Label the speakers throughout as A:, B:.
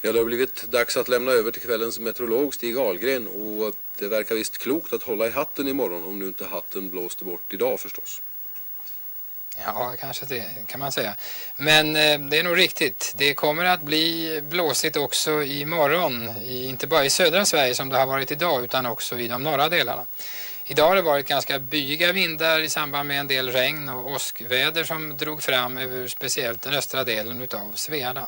A: Ja, det har blivit dags att lämna över till kvällens meteorolog Stig Ahlgren och det verkar visst klokt att hålla i hatten imorgon om nu inte hatten blåste bort idag förstås.
B: Ja, kanske det kan man säga. Men eh, det är nog riktigt. Det kommer att bli blåsigt också imorgon. I, inte bara i södra Sverige som det har varit idag utan också i de norra delarna. Idag har det varit ganska byiga vindar i samband med en del regn och åskväder som drog fram över speciellt den östra delen utav Svealand.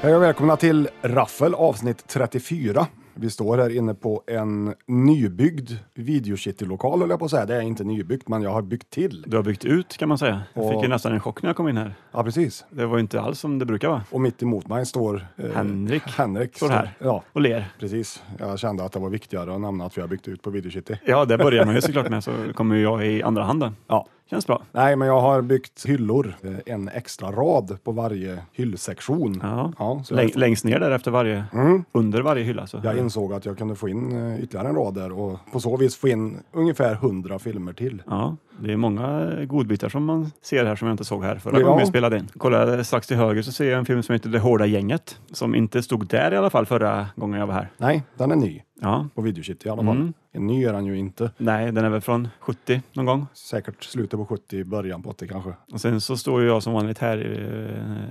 C: Hej och välkomna till Raffel avsnitt 34. Vi står här inne på en nybyggd videokittellokal höll jag på att säga. Det är inte nybyggt men jag har byggt till.
D: Du har byggt ut kan man säga. Jag fick
C: Och-
D: ju nästan en chock när jag kom in här.
C: Ja precis.
D: Det var ju inte alls som det brukar vara.
C: Och mitt emot mig står eh,
D: Henrik
C: Henrik.
D: står här.
C: Ja,
D: Och ler.
C: precis. Jag kände att det var viktigare att nämna att vi har byggt ut på videokitty.
D: Ja, det börjar man ju såklart med så kommer ju jag i andra hand. då.
C: Ja.
D: Känns bra.
C: Nej, men jag har byggt hyllor. eh, En extra rad på varje hyllsektion.
D: Ja.
C: så jag, Mm.
D: Läng, längst ner där efter varje, under varje hylla. Så.
C: jag insåg att jag kunde få in eh, ytterligare en rad där och på så vis få in ungefär 100 filmer till.
D: Ja, det är många godbitar som man ser här som jag inte såg här förra
C: Ja.
D: gången vi spelade in. Kolla strax till höger så ser jag en film som heter Det hårda gänget. Som inte stod där i alla fall förra gången jag var här.
C: Nej, den är ny
D: Ja.
C: på videokitty i alla fall.
D: Mm.
C: En ny är den ju inte.
D: Nej, den är väl från 70 någon gång.
C: Säkert slutet på 70, början på 80 kanske.
D: Och sen så står ju jag som vanligt här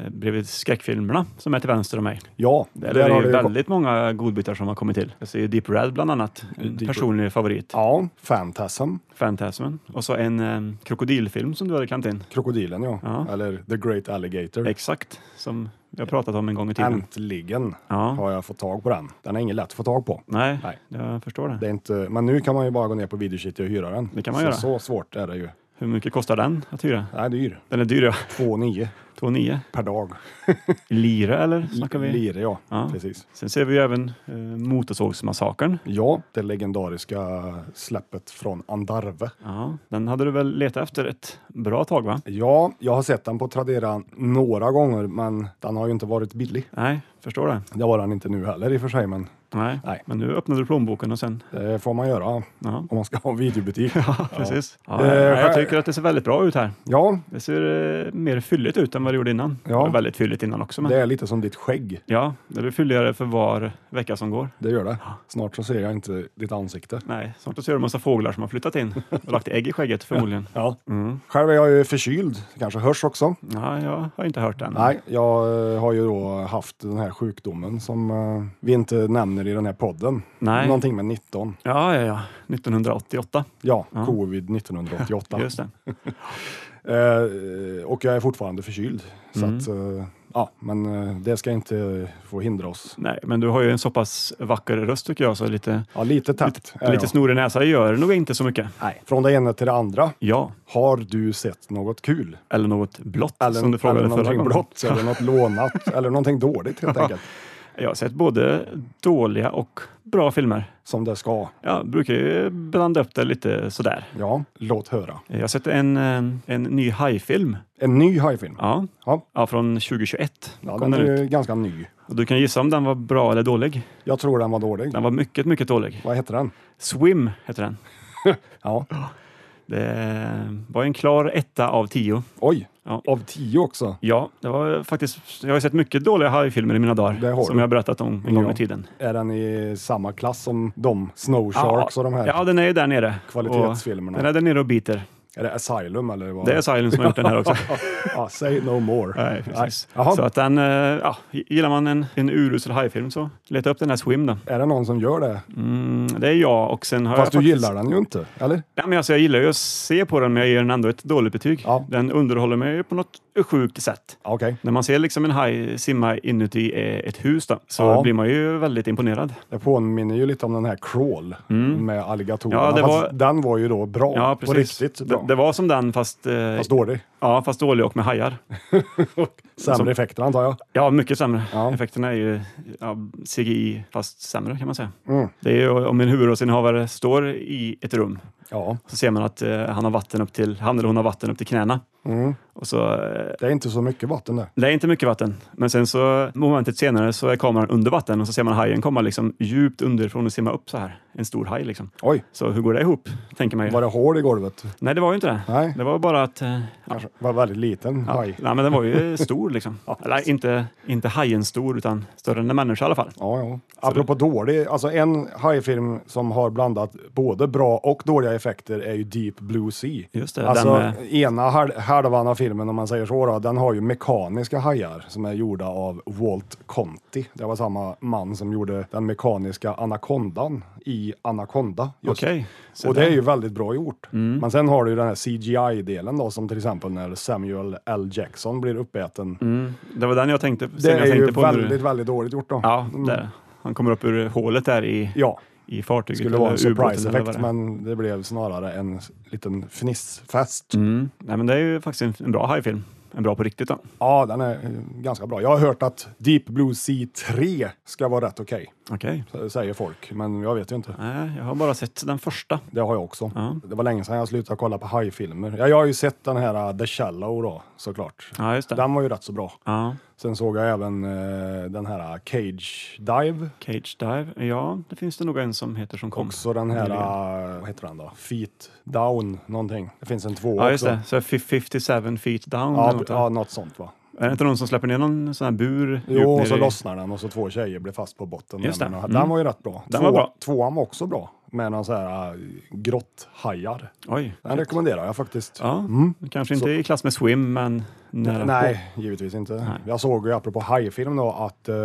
D: eh, bredvid skräckfilmerna som är till vänster om mig.
C: Ja,
D: Där, är det ju
C: ju kom-
D: väldigt många godbitar som har kommit till. Jag ser ju Deep Red bland annat, en
C: Deep
D: personlig favorit.
C: Ja, Phantasm,
D: Fantasmen. Och så en eh, krokodilfilm som du hade klämt in.
C: Krokodilen ja.
D: Ja.
C: Eller The Great Alligator.
D: Exakt, som vi har pratat om en gång i tiden.
C: Äntligen
D: Ja.
C: har jag fått tag på den. Den är ingen lätt att få tag på.
D: Nej,
C: Nej.
D: jag förstår det.
C: Det är inte, men nu kan man ju bara gå ner på videokitty och hyra den.
D: Det kan man
C: så,
D: göra.
C: Så svårt är det ju.
D: Hur mycket kostar den att hyra?
C: Den är dyr.
D: Den är dyr ja,
C: 2,9
D: 2,9.
C: per dag.
D: Lira eller snackar vi?
C: Lire ja.
D: Ja.
C: Precis.
D: Sen ser vi ju även eh, Motorsågsmassakern.
C: Ja, det legendariska släppet från Andarve.
D: Ja, den hade du väl letat efter ett bra tag va?
C: Ja, jag har sett den på Tradera några gånger, men den har ju inte varit billig.
D: Nej, förstår det.
C: Det var den inte nu heller i och för sig, men
D: Nej.
C: Nej.
D: men nu öppnade du plånboken och sen...
C: det får man göra
D: Ja,
C: om man ska ha en videobutik.
D: ja precis. Ja.
C: Eh, här-
D: jag, jag tycker att det ser väldigt bra ut här.
C: Ja,
D: Det ser eh, mer fylligt ut än vad det gjorde innan.
C: Ja.
D: Det var väldigt fylligt innan också. Men...
C: det är lite som ditt skägg.
D: Ja, det blir fylligare för var vecka som går.
C: Det gör det. Snart så ser jag inte ditt ansikte.
D: Nej, snart så ser du en massa fåglar som har flyttat in och lagt ägg i skägget förmodligen.
C: Ja. Själv är jag ju förkyld, det kanske hörs också.
D: Ja, jag har inte hört den.
C: Nej, jag eh, har ju då haft den här sjukdomen som eh, vi inte nämner i den här podden.
D: Nej.
C: Någonting med 19.
D: Ja, ja, ja. 1988.
C: Ja, covid 1988.
D: Just det.
C: Eh, och jag är fortfarande förkyld. Så
D: Mm.
C: att, eh, ja, men eh, det ska inte eh, få hindra oss.
D: Nej, men du har ju en så pass vacker röst tycker jag, så lite,
C: Ja, lite täppt är
D: lite
C: jag.
D: snorig näsa gör nog inte så mycket.
C: Nej. Från det ena till det andra.
D: Ja,
C: Har du sett något kul?
D: eller något blått
C: Eller,
D: som du frågade
C: eller
D: förra
C: någonting
D: gången.
C: blått, eller något lånat, eller någonting dåligt helt enkelt.
D: Jag har sett både dåliga och bra filmer.
C: Som det ska.
D: Jag brukar ju blanda upp det lite sådär.
C: Ja, låt höra.
D: Jag har sett en, eh, en ny hajfilm.
C: En ny hajfilm.
D: Ja.
C: Ja.
D: ja, från 2021.
C: Ja, den
D: kom den
C: är
D: ut.
C: ju ganska ny.
D: Och du kan gissa om den var bra eller dålig.
C: Jag tror den var dålig.
D: Den var mycket, mycket dålig.
C: Vad heter den?
D: Swim heter den.
C: Ja.
D: Det var en klar etta av tio.
C: Oj,
D: Ja.
C: av tio också.
D: Ja, det var faktiskt... Jag har ju sett mycket dåliga hajfilmer i mina
C: Det har
D: dagar. Som
C: du.
D: jag har berättat om en gång
C: Ja.
D: i tiden.
C: Är den i samma klass som de Snow Sharks och de här?
D: Ja, den är ju där nere.
C: Kvalitetsfilmerna.
D: Och Den är där nere och biter.
C: Är det Asylum eller vad?
D: Det är Silence som har gjort den här också.
C: ja, Say No More.
D: Nej, precis.
C: Nej. Jaha.
D: Så att den, eh, ja, gillar man en, en urusel hajfilm så leta upp den här Swim då.
C: Är det någon som gör det?
D: Mm, det är jag och sen har
C: Fast
D: jag
C: du gillar den ju inte, eller?
D: Nej, men alltså, jag gillar ju att se på den men jag ger den ändå ett dåligt betyg.
C: Ja.
D: Den underhåller mig ju på något sjukt sätt.
C: Ja, Okej,
D: När man ser liksom en haj simma inuti eh, ett hus då, så
C: Ja.
D: blir man ju väldigt imponerad.
C: det påminner ju lite om den här Crawl med alligatorerna.
D: Mm. Ja, det
C: Fast
D: var-
C: Den var ju då bra,
D: Ja,
C: på
D: precis.
C: riktigt
D: det,
C: bra.
D: det var som den fast, eh,
C: Fast dålig.
D: ja, fast dålig och med hajar.
C: Sämre
D: Som-
C: effekter antar jag.
D: Ja, mycket sämre.
C: Ja.
D: Effekterna är ju ja, CGI fast sämre kan man säga.
C: Mm.
D: Det är ju om en huvudrollsinnehavare står i ett rum
C: Ja,
D: så ser man att eh, han, har vatten upp till, han eller hon har vatten upp till knäna.
C: Mm.
D: Och så, eh,
C: det är inte så mycket vatten där.
D: det är inte mycket vatten, men sen så momentet senare så är kameran under vatten och så ser man hajen komma liksom djupt underifrån och simma upp så här. En stor haj liksom.
C: Oj,
D: Så hur går det ihop, tänker man ju.
C: var det hål i golvet?
D: Nej, det var ju inte det.
C: Nej.
D: Det var bara att... eh, Ja,
C: Kanske. Var väldigt liten
D: ja,
C: haj.
D: nej, men den var ju stor liksom. Eller inte, inte hajen stor, utan större än en människa i alla fall.
C: Ja, ja. Apropå dålig, alltså en hajfilm som har blandat både bra och dåliga effekter är ju Deep Blue Sea.
D: Just det,
C: Alltså
D: den, eh,
C: ena hal- halvan av filmen, om man säger så, då, den har ju mekaniska hajar som är gjorda av Walt Conti. Det var samma man som gjorde den mekaniska anakondan i Anaconda. just.
D: Okej. Mm. så
C: Och det
D: där.
C: är ju väldigt bra gjort. Men sen har du ju den här CGI-delen då, som till exempel när Samuel L. Jackson blir uppäten.
D: Mm, det var den jag tänkte, som
C: Det
D: jag
C: är
D: tänkte
C: ju
D: på. när du-
C: väldigt, väldigt dåligt gjort då.
D: Ja, där. Han kommer upp ur hålet där i,
C: ja.
D: i fartyget.
C: skulle vara en
D: eller ubåten eller vad
C: surprise-effekt,
D: det är.
C: men det blev snarare en s- liten fnissfest.
D: Mm. Nej, men det är ju faktiskt en, en bra hajfilm. En bra på riktigt då.
C: Ja, den är eh, ganska bra. Jag har hört att Deep Blue Sea 3 ska vara rätt okej,
D: Okej.
C: s- säger folk, men jag vet ju inte.
D: Nej, jag har bara sett den första.
C: Det har jag också.
D: Ja.
C: Det var länge sedan jag slutade kolla på hajfilmer. Ja, jag har ju sett den här eh, The Shallow då, såklart.
D: Ja, just det.
C: Den var ju rätt så bra.
D: Ja.
C: Sen såg jag även eh, den här eh, Cage Dive.
D: Cage Dive. Ja, det finns det nog en som heter som kom.
C: Också den här,
D: Nyligen.
C: eh, vad heter den då? Feet Down någonting. Det finns en två
D: Ja, just
C: också.
D: det. Så 57 feet down.
C: Ja,
D: eller något,
C: b- ja, något sånt va.
D: Är det inte någon som släpper ner någon sån här bur? djupt
C: Jo, och
D: ner
C: så
D: i-
C: lossnar den och så två tjejer blir fast på botten.
D: Just
C: där,
D: det.
C: men
D: Mm.
C: Den var ju rätt bra.
D: Den var bra.
C: Tvåan var också bra, med någon så här äh, grotthajar.
D: Oj.
C: Den rekommenderar jag faktiskt.
D: Ja, kanske inte i klass med Swim, men nära på.
C: Mm. Nej, givetvis inte. Jag såg ju apropå hajfilm då att eh,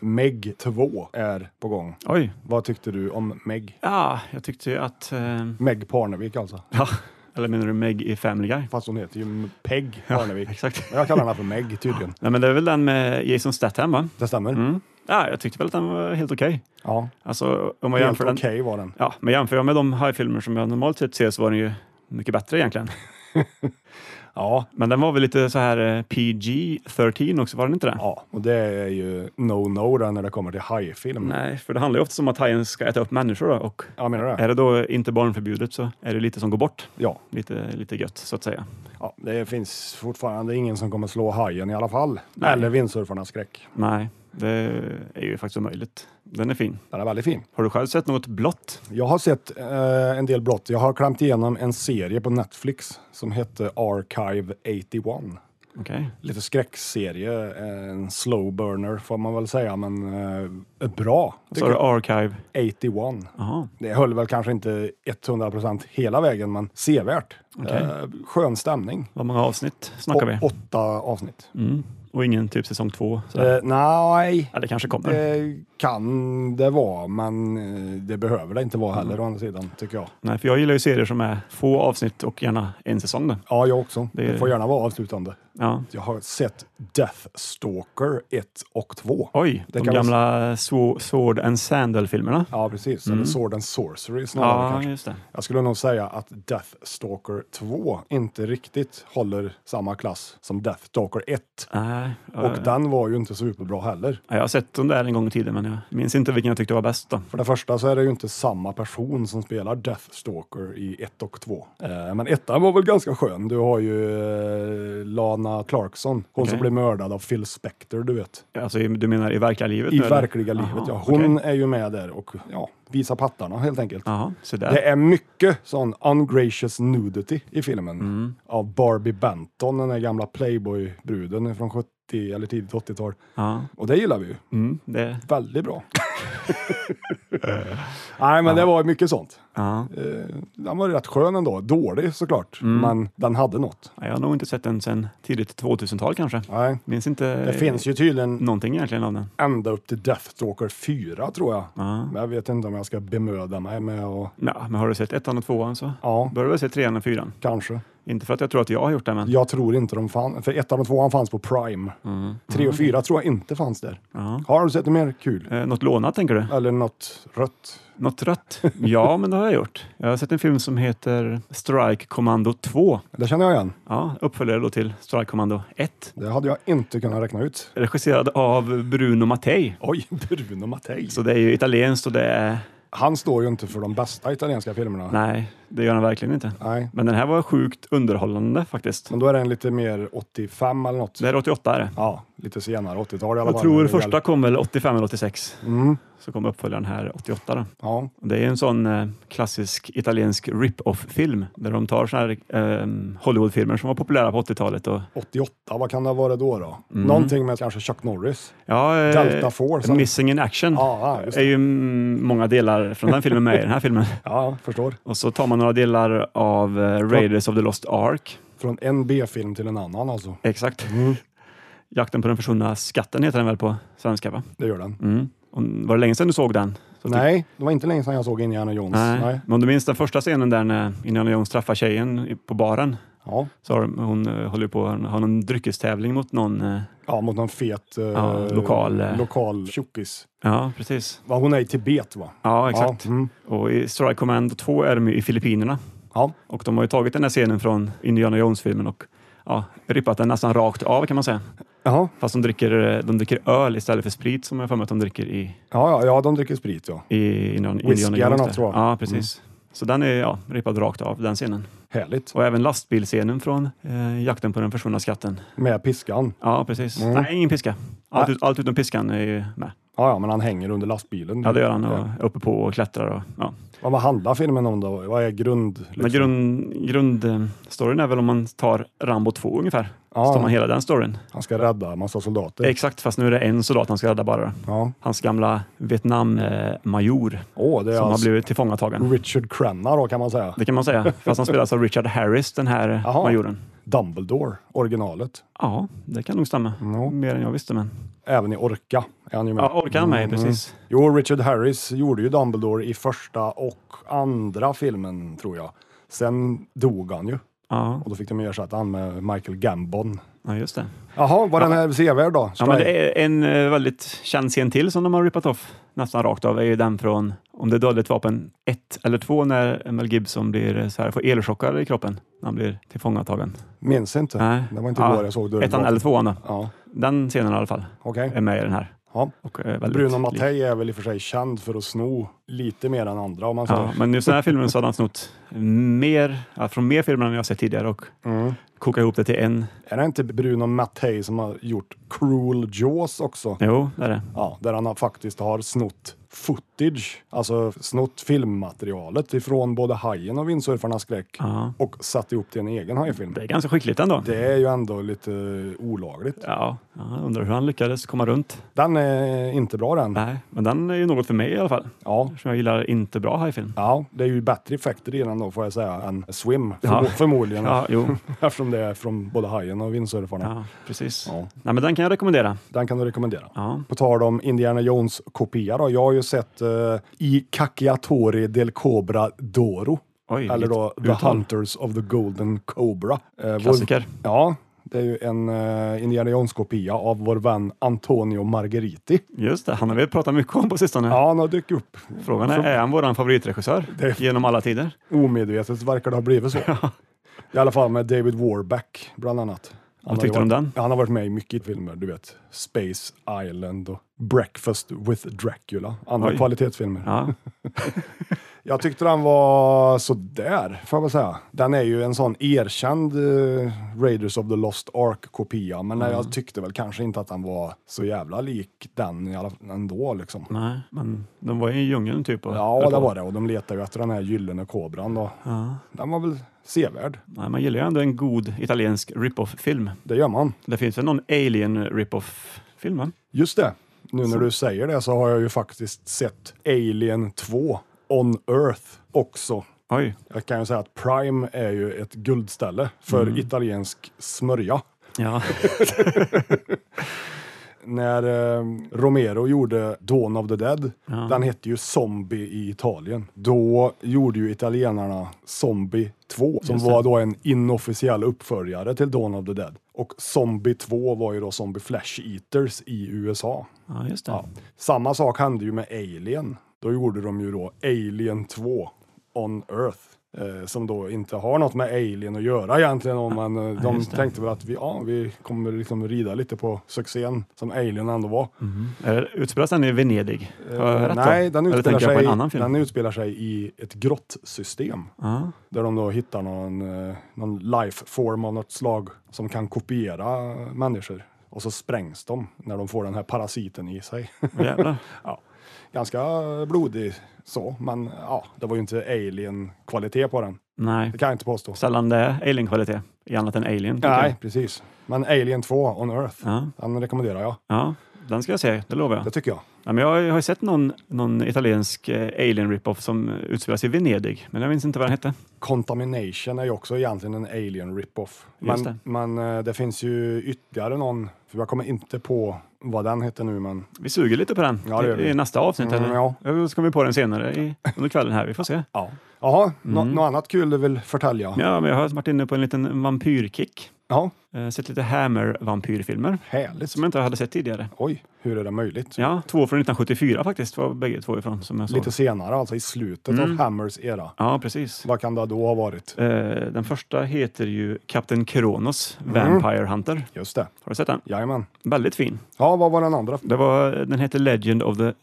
C: Meg 2 är på gång.
D: Oj.
C: Vad tyckte du om Meg?
D: Ja, jag tyckte ju att... Eh,
C: Meg Parnevik alltså.
D: ja. Eller menar du Meg i Family Guy?
C: Fast hon heter ju Peg Parnevik.
D: Exakt.
C: Men jag kallar henne för Meg tydligen.
D: Nej, men det är väl den med Jason Statham, va?
C: Det stämmer.
D: Mm. Ja, jag tyckte väl att den var helt okej.
C: Ja,
D: Alltså, om man
C: helt
D: jämför
C: okej
D: den...
C: var den.
D: Ja, men jämför jag med de hajfilmer som jag normalt sett ser så var den ju mycket bättre egentligen.
C: Ja,
D: Men den var väl lite så här eh, PG-13 också, var den inte det?
C: ja, och det är ju no-no där när det kommer till hajfilm.
D: Nej, för det handlar ju ofta om att hajen ska äta upp människor då, och
C: Ja, menar du det?
D: är det då inte barnförbjudet så är det lite som går bort.
C: Ja.
D: Lite, lite gött, så att säga.
C: Ja, det finns fortfarande ingen som kommer slå hajen i alla fall.
D: Nej.
C: Eller vindsurfarnas skräck.
D: Nej, det är ju faktiskt omöjligt. Den är fin.
C: Den är väldigt fin.
D: Har du själv sett något blått?
C: Jag har sett eh, en del brott. Jag har klämt igenom en serie på Netflix som hette Archive 81.
D: Okej.
C: Lite skräckserie, eh, en slow burner får man väl säga, men eh, bra.
D: Så har du Archive.
C: 81.
D: Jaha.
C: Det höll väl kanske inte 100% hela vägen, men sevärt.
D: Okej.
C: Eh, skön stämning.
D: Vad många avsnitt snackar vi?
C: Och åtta avsnitt.
D: Mm. Och ingen typ säsong två? Så.
C: Eh, nej,
D: ja, det kanske kommer.
C: Det kan det vara, men eh, det behöver det inte vara heller
D: Mm.
C: å andra sidan, tycker jag.
D: Nej, för jag gillar ju serier som är få avsnitt och gärna en säsong. Då.
C: Ja, jag också.
D: Det är-
C: Det får gärna vara avslutande.
D: Ja.
C: Jag har sett Deathstalker 1 och 2.
D: Oj,
C: Det
D: de
C: kan man-
D: gamla Swo- Sword and Sandal-filmerna.
C: Ja, precis. Eller Sword and Sorcery snarare
D: Mm. Ja,
C: kanske.
D: just det.
C: Jag skulle nog säga att Deathstalker 2 inte riktigt håller samma klass som Deathstalker 1.
D: Nej,
C: Och
D: jag,
C: den var ju inte superbra heller.
D: jag har sett dem där en gång i tiden, men jag minns inte vilken jag tyckte var bäst. Då.
C: För det första så är det ju inte samma person som spelar Deathstalker i 1 och 2. Eh, men ettan var väl ganska skön. Du har ju eh, Lana Clarkson, hon som
D: Okej.
C: blev mördad av Phil Spector, du vet.
D: Alltså, i- du menar i verkliga livet?
C: I
D: nu, eller?
C: verkliga
D: Jaha,
C: livet, ja.
D: okej.
C: Hon är ju med där och ja, visar pattarna helt enkelt.
D: Jaha, så där.
C: Det är mycket sån ungracious nudity i filmen.
D: Mm.
C: Av Barbie Benton, den där gamla Playboy-bruden från 70 eller tidigt 80-tal.
D: Ja,
C: Och det gillar vi ju.
D: mm, det...
C: Väldigt bra. Nej, men det var mycket sånt.
D: Ja.
C: Eh, den var rätt skön ändå. Dålig såklart,
D: Mm.
C: men den hade något.
D: Jag har nog inte sett den sedan tidigt 2000-tal kanske.
C: Nej.
D: Minns inte
C: Det finns ju tydligen
D: någonting egentligen av den.
C: ända upp till Deathstalker 4 tror jag.
D: Ja.
C: Men jag vet inte om jag ska bemöda mig med att...
D: Ja, men har du sett ettan och tvåan så
C: Ja,
D: bör du väl se trean och fyran.
C: kanske.
D: Inte för att jag tror att jag har gjort det, men
C: Jag tror inte de fanns, för ettan och tvåan fanns på Prime.
D: Mm.
C: Tre och fyra tror jag inte fanns där.
D: ja.
C: Har du sett något mer kul?
D: eh, något lånat tänker du?
C: Eller något rött?
D: Något rött? Ja, men det har jag gjort. Jag har sett en film som heter Strike Commando 2.
C: Det känner jag igen.
D: Ja, uppföljare då till Strike Commando 1.
C: Det hade jag inte kunnat räkna ut.
D: Regisserad av Bruno Mattei.
C: Oj, Bruno Mattei.
D: Så det är ju italienskt och det är...
C: Han står ju inte för de bästa italienska filmerna.
D: Nej, det gör han verkligen inte.
C: Nej.
D: Men den här var sjukt underhållande faktiskt.
C: Men då är den lite mer 85 eller något.
D: Det här är 88 är det.
C: Ja, lite senare 80-tal i alla
D: Jag
C: fall.
D: tror
C: Det är
D: första kom väl 85 eller 86.
C: Mm.
D: Så kom uppföljaren här 88 då.
C: Ja,
D: Det är en sån eh, klassisk italiensk rip-off-film där de tar såna här eh, Hollywood-filmer som var populära på 80-talet. Och,
C: 88, vad kan det ha varit då? då? Någonting med kanske Chuck Norris.
D: ja, Mm. eh,
C: Delta Force.
D: Missing in Action
C: Ja, ja, just
D: är
C: det.
D: ju mm, många delar från den filmen med i den här filmen.
C: Ja, förstår.
D: Och så tar man några delar av eh, Raiders of the Lost Ark.
C: Från en B-film till en annan alltså.
D: Exakt. Jakten på den försvunna skatten heter den väl på svenska? va?
C: Det gör den.
D: Mm. Och var det länge sedan du såg den? Så tyck-
C: Nej, det var inte länge sedan jag såg Indiana Jones.
D: Nej.
C: Nej.
D: Men om du minns den första scenen där när Indiana Jones träffar tjejen i- på baren
C: Ja.
D: så har de- hon eh, håller på att ha någon dryckestävling mot någon. eh,
C: ja, mot någon fet eh,
D: Ja, lokal, eh.
C: lokal tjockis.
D: Ja, precis.
C: Va, Hon är i Tibet va?
D: Ja, exakt.
C: Ja, mm.
D: Och i Strike Commando 2 är de ju i Filippinerna
C: ja.
D: och de har ju tagit den här scenen från Indiana Jones-filmen och ja, rippat den nästan rakt av kan man säga.
C: Jaha.
D: Fast de dricker, eh, de dricker öl istället för sprit som jag har för mig att de dricker i,
C: Ja, ja, ja, de dricker sprit ja.
D: i Indiana,
C: Whisky
D: Indiana
C: eller
D: Jones.
C: något,
D: där.
C: tror jag.
D: Ja, precis. Så den är ja, rippad rakt av, den scenen.
C: Härligt.
D: Och även lastbilscenen från eh, Jakten på den försvunna skatten.
C: Med piskan.
D: Ja, precis.
C: Mm.
D: Nej, ingen piska. Allt, ut, allt utom piskan är ju med.
C: Ja, ja, men han hänger under lastbilen.
D: Ja, det gör han. Och uppe på och klättrar. Och, ja.
C: Vad vad handlar filmen om då? Vad är grund...
D: Men grund, grundstoryn är väl om man tar Rambo 2 ungefär. Så tar man
C: ja,
D: hela den storyn.
C: han ska rädda massa soldater.
D: Exakt, fast nu är det en soldat han ska rädda bara.
C: ja.
D: Hans gamla Vietnam-major
C: Åh, det är
D: som har
C: alltså
D: blivit tillfångatagen.
C: Richard Crenna då kan man säga.
D: Det kan man säga. Fast han spelas av Richard Harris, den här
C: Jaha.
D: majoren.
C: Dumbledore, originalet.
D: Ja, det kan nog stämma.
C: Ja.
D: Mer än jag visste. Men...
C: Även i Orka är han ju med.
D: Mm. Ja, orkar han med?
C: Mm.
D: Precis.
C: Jo, Richard Harris gjorde ju Dumbledore i första och andra filmen tror jag. Sen dog han ju
D: Ja,
C: och då fick de ersätta han med Michael Gambon.
D: ja just det.
C: Jaha, var den här sevärd då?
D: Ja, men det är en eh, väldigt känd scen till som de har rippat off nästan rakt av. är ju den från, om det är Dödligt vapen 1 eller 2, när Mel Gibson blir eh, så här, får elchockar i kroppen när han blir tillfångatagen.
C: Minns inte.
D: Nej.
C: Det var inte
D: Ja,
C: igår jag såg dörren.
D: Ettan eller tvåan då.
C: Ja,
D: Den scenen i alla fall
C: okej.
D: är med i den här.
C: Ja.
D: Och är väldigt
C: Bruno
D: lik.
C: Mattei är väl i och för sig känd för att sno lite mer än andra om man säger.
D: Ja, men just den här filmen så hade han snott mer, ja, från mer filmer än jag har sett tidigare och
C: Mm.
D: kokat ihop det till en.
C: Är det inte Bruno Mattei som har gjort Cruel Jaws också?
D: Jo, det är det.
C: Ja, där han har- faktiskt har snott footage, alltså snott filmmaterialet ifrån både Hajen och Vindsurfarnas skräck
D: Ja.
C: och satt ihop till en egen hajfilm.
D: Det är ganska skickligt ändå.
C: Det är ju ändå lite olagligt.
D: Ja, jag undrar hur han lyckades komma runt.
C: Den är inte bra den.
D: Nej, men den är ju något för mig i alla fall.
C: Ja.
D: Som jag gillar inte bra hajfilm.
C: Ja, det är ju bättre effekter i den då får jag säga än Swim
D: Ja.
C: förmo- förmodligen.
D: Ja, jo.
C: Eftersom det är från både Hajen och Vindsurfarna.
D: Ja, precis.
C: Ja.
D: Nej, men den kan jag rekommendera.
C: Den kan du rekommendera.
D: Ja.
C: På tal om Indiana Jones-kopia då. Jag har ju sett eh, I Cacciatore del Cobra Doro.
D: Oj,
C: Eller
D: vilket
C: då The
D: uttal.
C: Hunters of the Golden Cobra. Eh, vår-
D: Klassiker.
C: ja, det är ju en eh, Indiana Jones-kopia av vår vän Antonio Margheriti.
D: Just det, han har vi pratat mycket om på sistone.
C: Ja, han har dykt upp.
D: Frågan är, är han vår favoritregissör
C: Det-
D: genom alla tider?
C: Omedvetet verkar det ha blivit så. I alla fall med David Warback bland annat. Han har
D: Vad
C: ju
D: tyckte du om
C: varit-
D: den?
C: Han har varit med i mycket filmer, du vet. Space Island och Breakfast with Dracula. Andra
D: Oj.
C: kvalitetsfilmer.
D: Ja,
C: Jag tyckte den var sådär, får jag väl säga. Den är ju en sån erkänd eh, Raiders of the Lost Ark-kopia, men jag tyckte väl kanske inte att den var så jävla lik den i alla, ändå. Liksom.
D: nej, men de var ju i djungeln typ. Och,
C: Ja, det var det. Och de letar ju efter den här gyllene kobran då. Den var väl sevärd.
D: Nej, man gillar ju ändå en god italiensk rip-off-film.
C: Det gör man.
D: Det finns väl någon alien rip-off-film? va?
C: Just det. Nu när du säger det så har jag ju faktiskt sett Alien 2 On Earth också.
D: Oj,
C: Jag kan ju säga att Prime är ju ett guldställe för italiensk smörja.
D: ja.
C: När eh, Romero gjorde Dawn of the Dead,
D: Ja.
C: den hette ju Zombie i Italien. Då gjorde ju italienarna Zombie 2, som
D: Just det.
C: var då en inofficiell uppföljare till Dawn of the Dead. Och Zombie 2 var ju då Zombie Flesh Eaters i USA.
D: ja, just det.
C: Ja. Samma sak hände ju med Alien. Då gjorde de ju då Alien 2 on Earth. Eh, som då inte har något med Alien att göra egentligen. Om man, eh, de
D: just det.
C: tänkte väl att vi, ja, vi kommer liksom rida lite på succén som Alien ändå var.
D: Är- Utspelas den i Venedig? Har Mm. jag
C: Eh,
D: rätt då?
C: nej, den
D: Eller
C: utspelar,
D: tänker jag på
C: sig,
D: en annan film?
C: den utspelar sig i ett grottsystem.
D: Ja,
C: Där de då hittar någon, eh, någon life form av något slag som kan kopiera människor. Och så sprängs de när de får den här parasiten i sig.
D: jävlar.
C: Ja, ganska blodig så, men ja, det var ju inte alien-kvalitet på den.
D: Nej,
C: Det kan jag inte påstå.
D: sällan det är alien-kvalitet i annat än alien. tycker jag.
C: Nej, precis. Men Alien 2 on Earth,
D: Ja,
C: den rekommenderar jag.
D: ja, den ska jag se, det lovar jag.
C: Det tycker jag.
D: Ja, men jag har ju sett någon, någon italiensk eh, alien rip-off som utspelas i Venedig, men jag minns inte vad den hette.
C: Contamination är ju också egentligen en alien rip-off. Men,
D: Just det.
C: men eh, det finns ju ytterligare någon, för jag kommer inte på vad den heter nu, men
D: Vi suger lite på den
C: Ja, det gör
D: i,
C: vi.
D: i nästa avsnitt.
C: Mm,
D: eller?
C: ja.
D: Eller så kommer vi på den senare i, under kvällen här. Vi får se.
C: ja. Jaha, nå- något annat kul du vill förtälja?
D: Mm. Ja, men jag har varit inne på en liten vampyrkick.
C: Ja,
D: Eh, sett lite Hammer-vampyrfilmer
C: härligt.
D: som jag inte hade sett tidigare.
C: Oj, hur är det möjligt?
D: Ja, två från 1974 faktiskt var bägge två ifrån som jag såg.
C: Lite senare, alltså i slutet
D: Mm.
C: av Hammers era.
D: Ja, precis.
C: Vad kan det då ha varit?
D: Eh, den första heter ju Kapten Kronos, Vampire Hunter.
C: Just det.
D: Har du sett den?
C: Jajamän.
D: Väldigt fin.
C: Ja, vad var den andra?
D: Det var, den heter Legend of the Seven,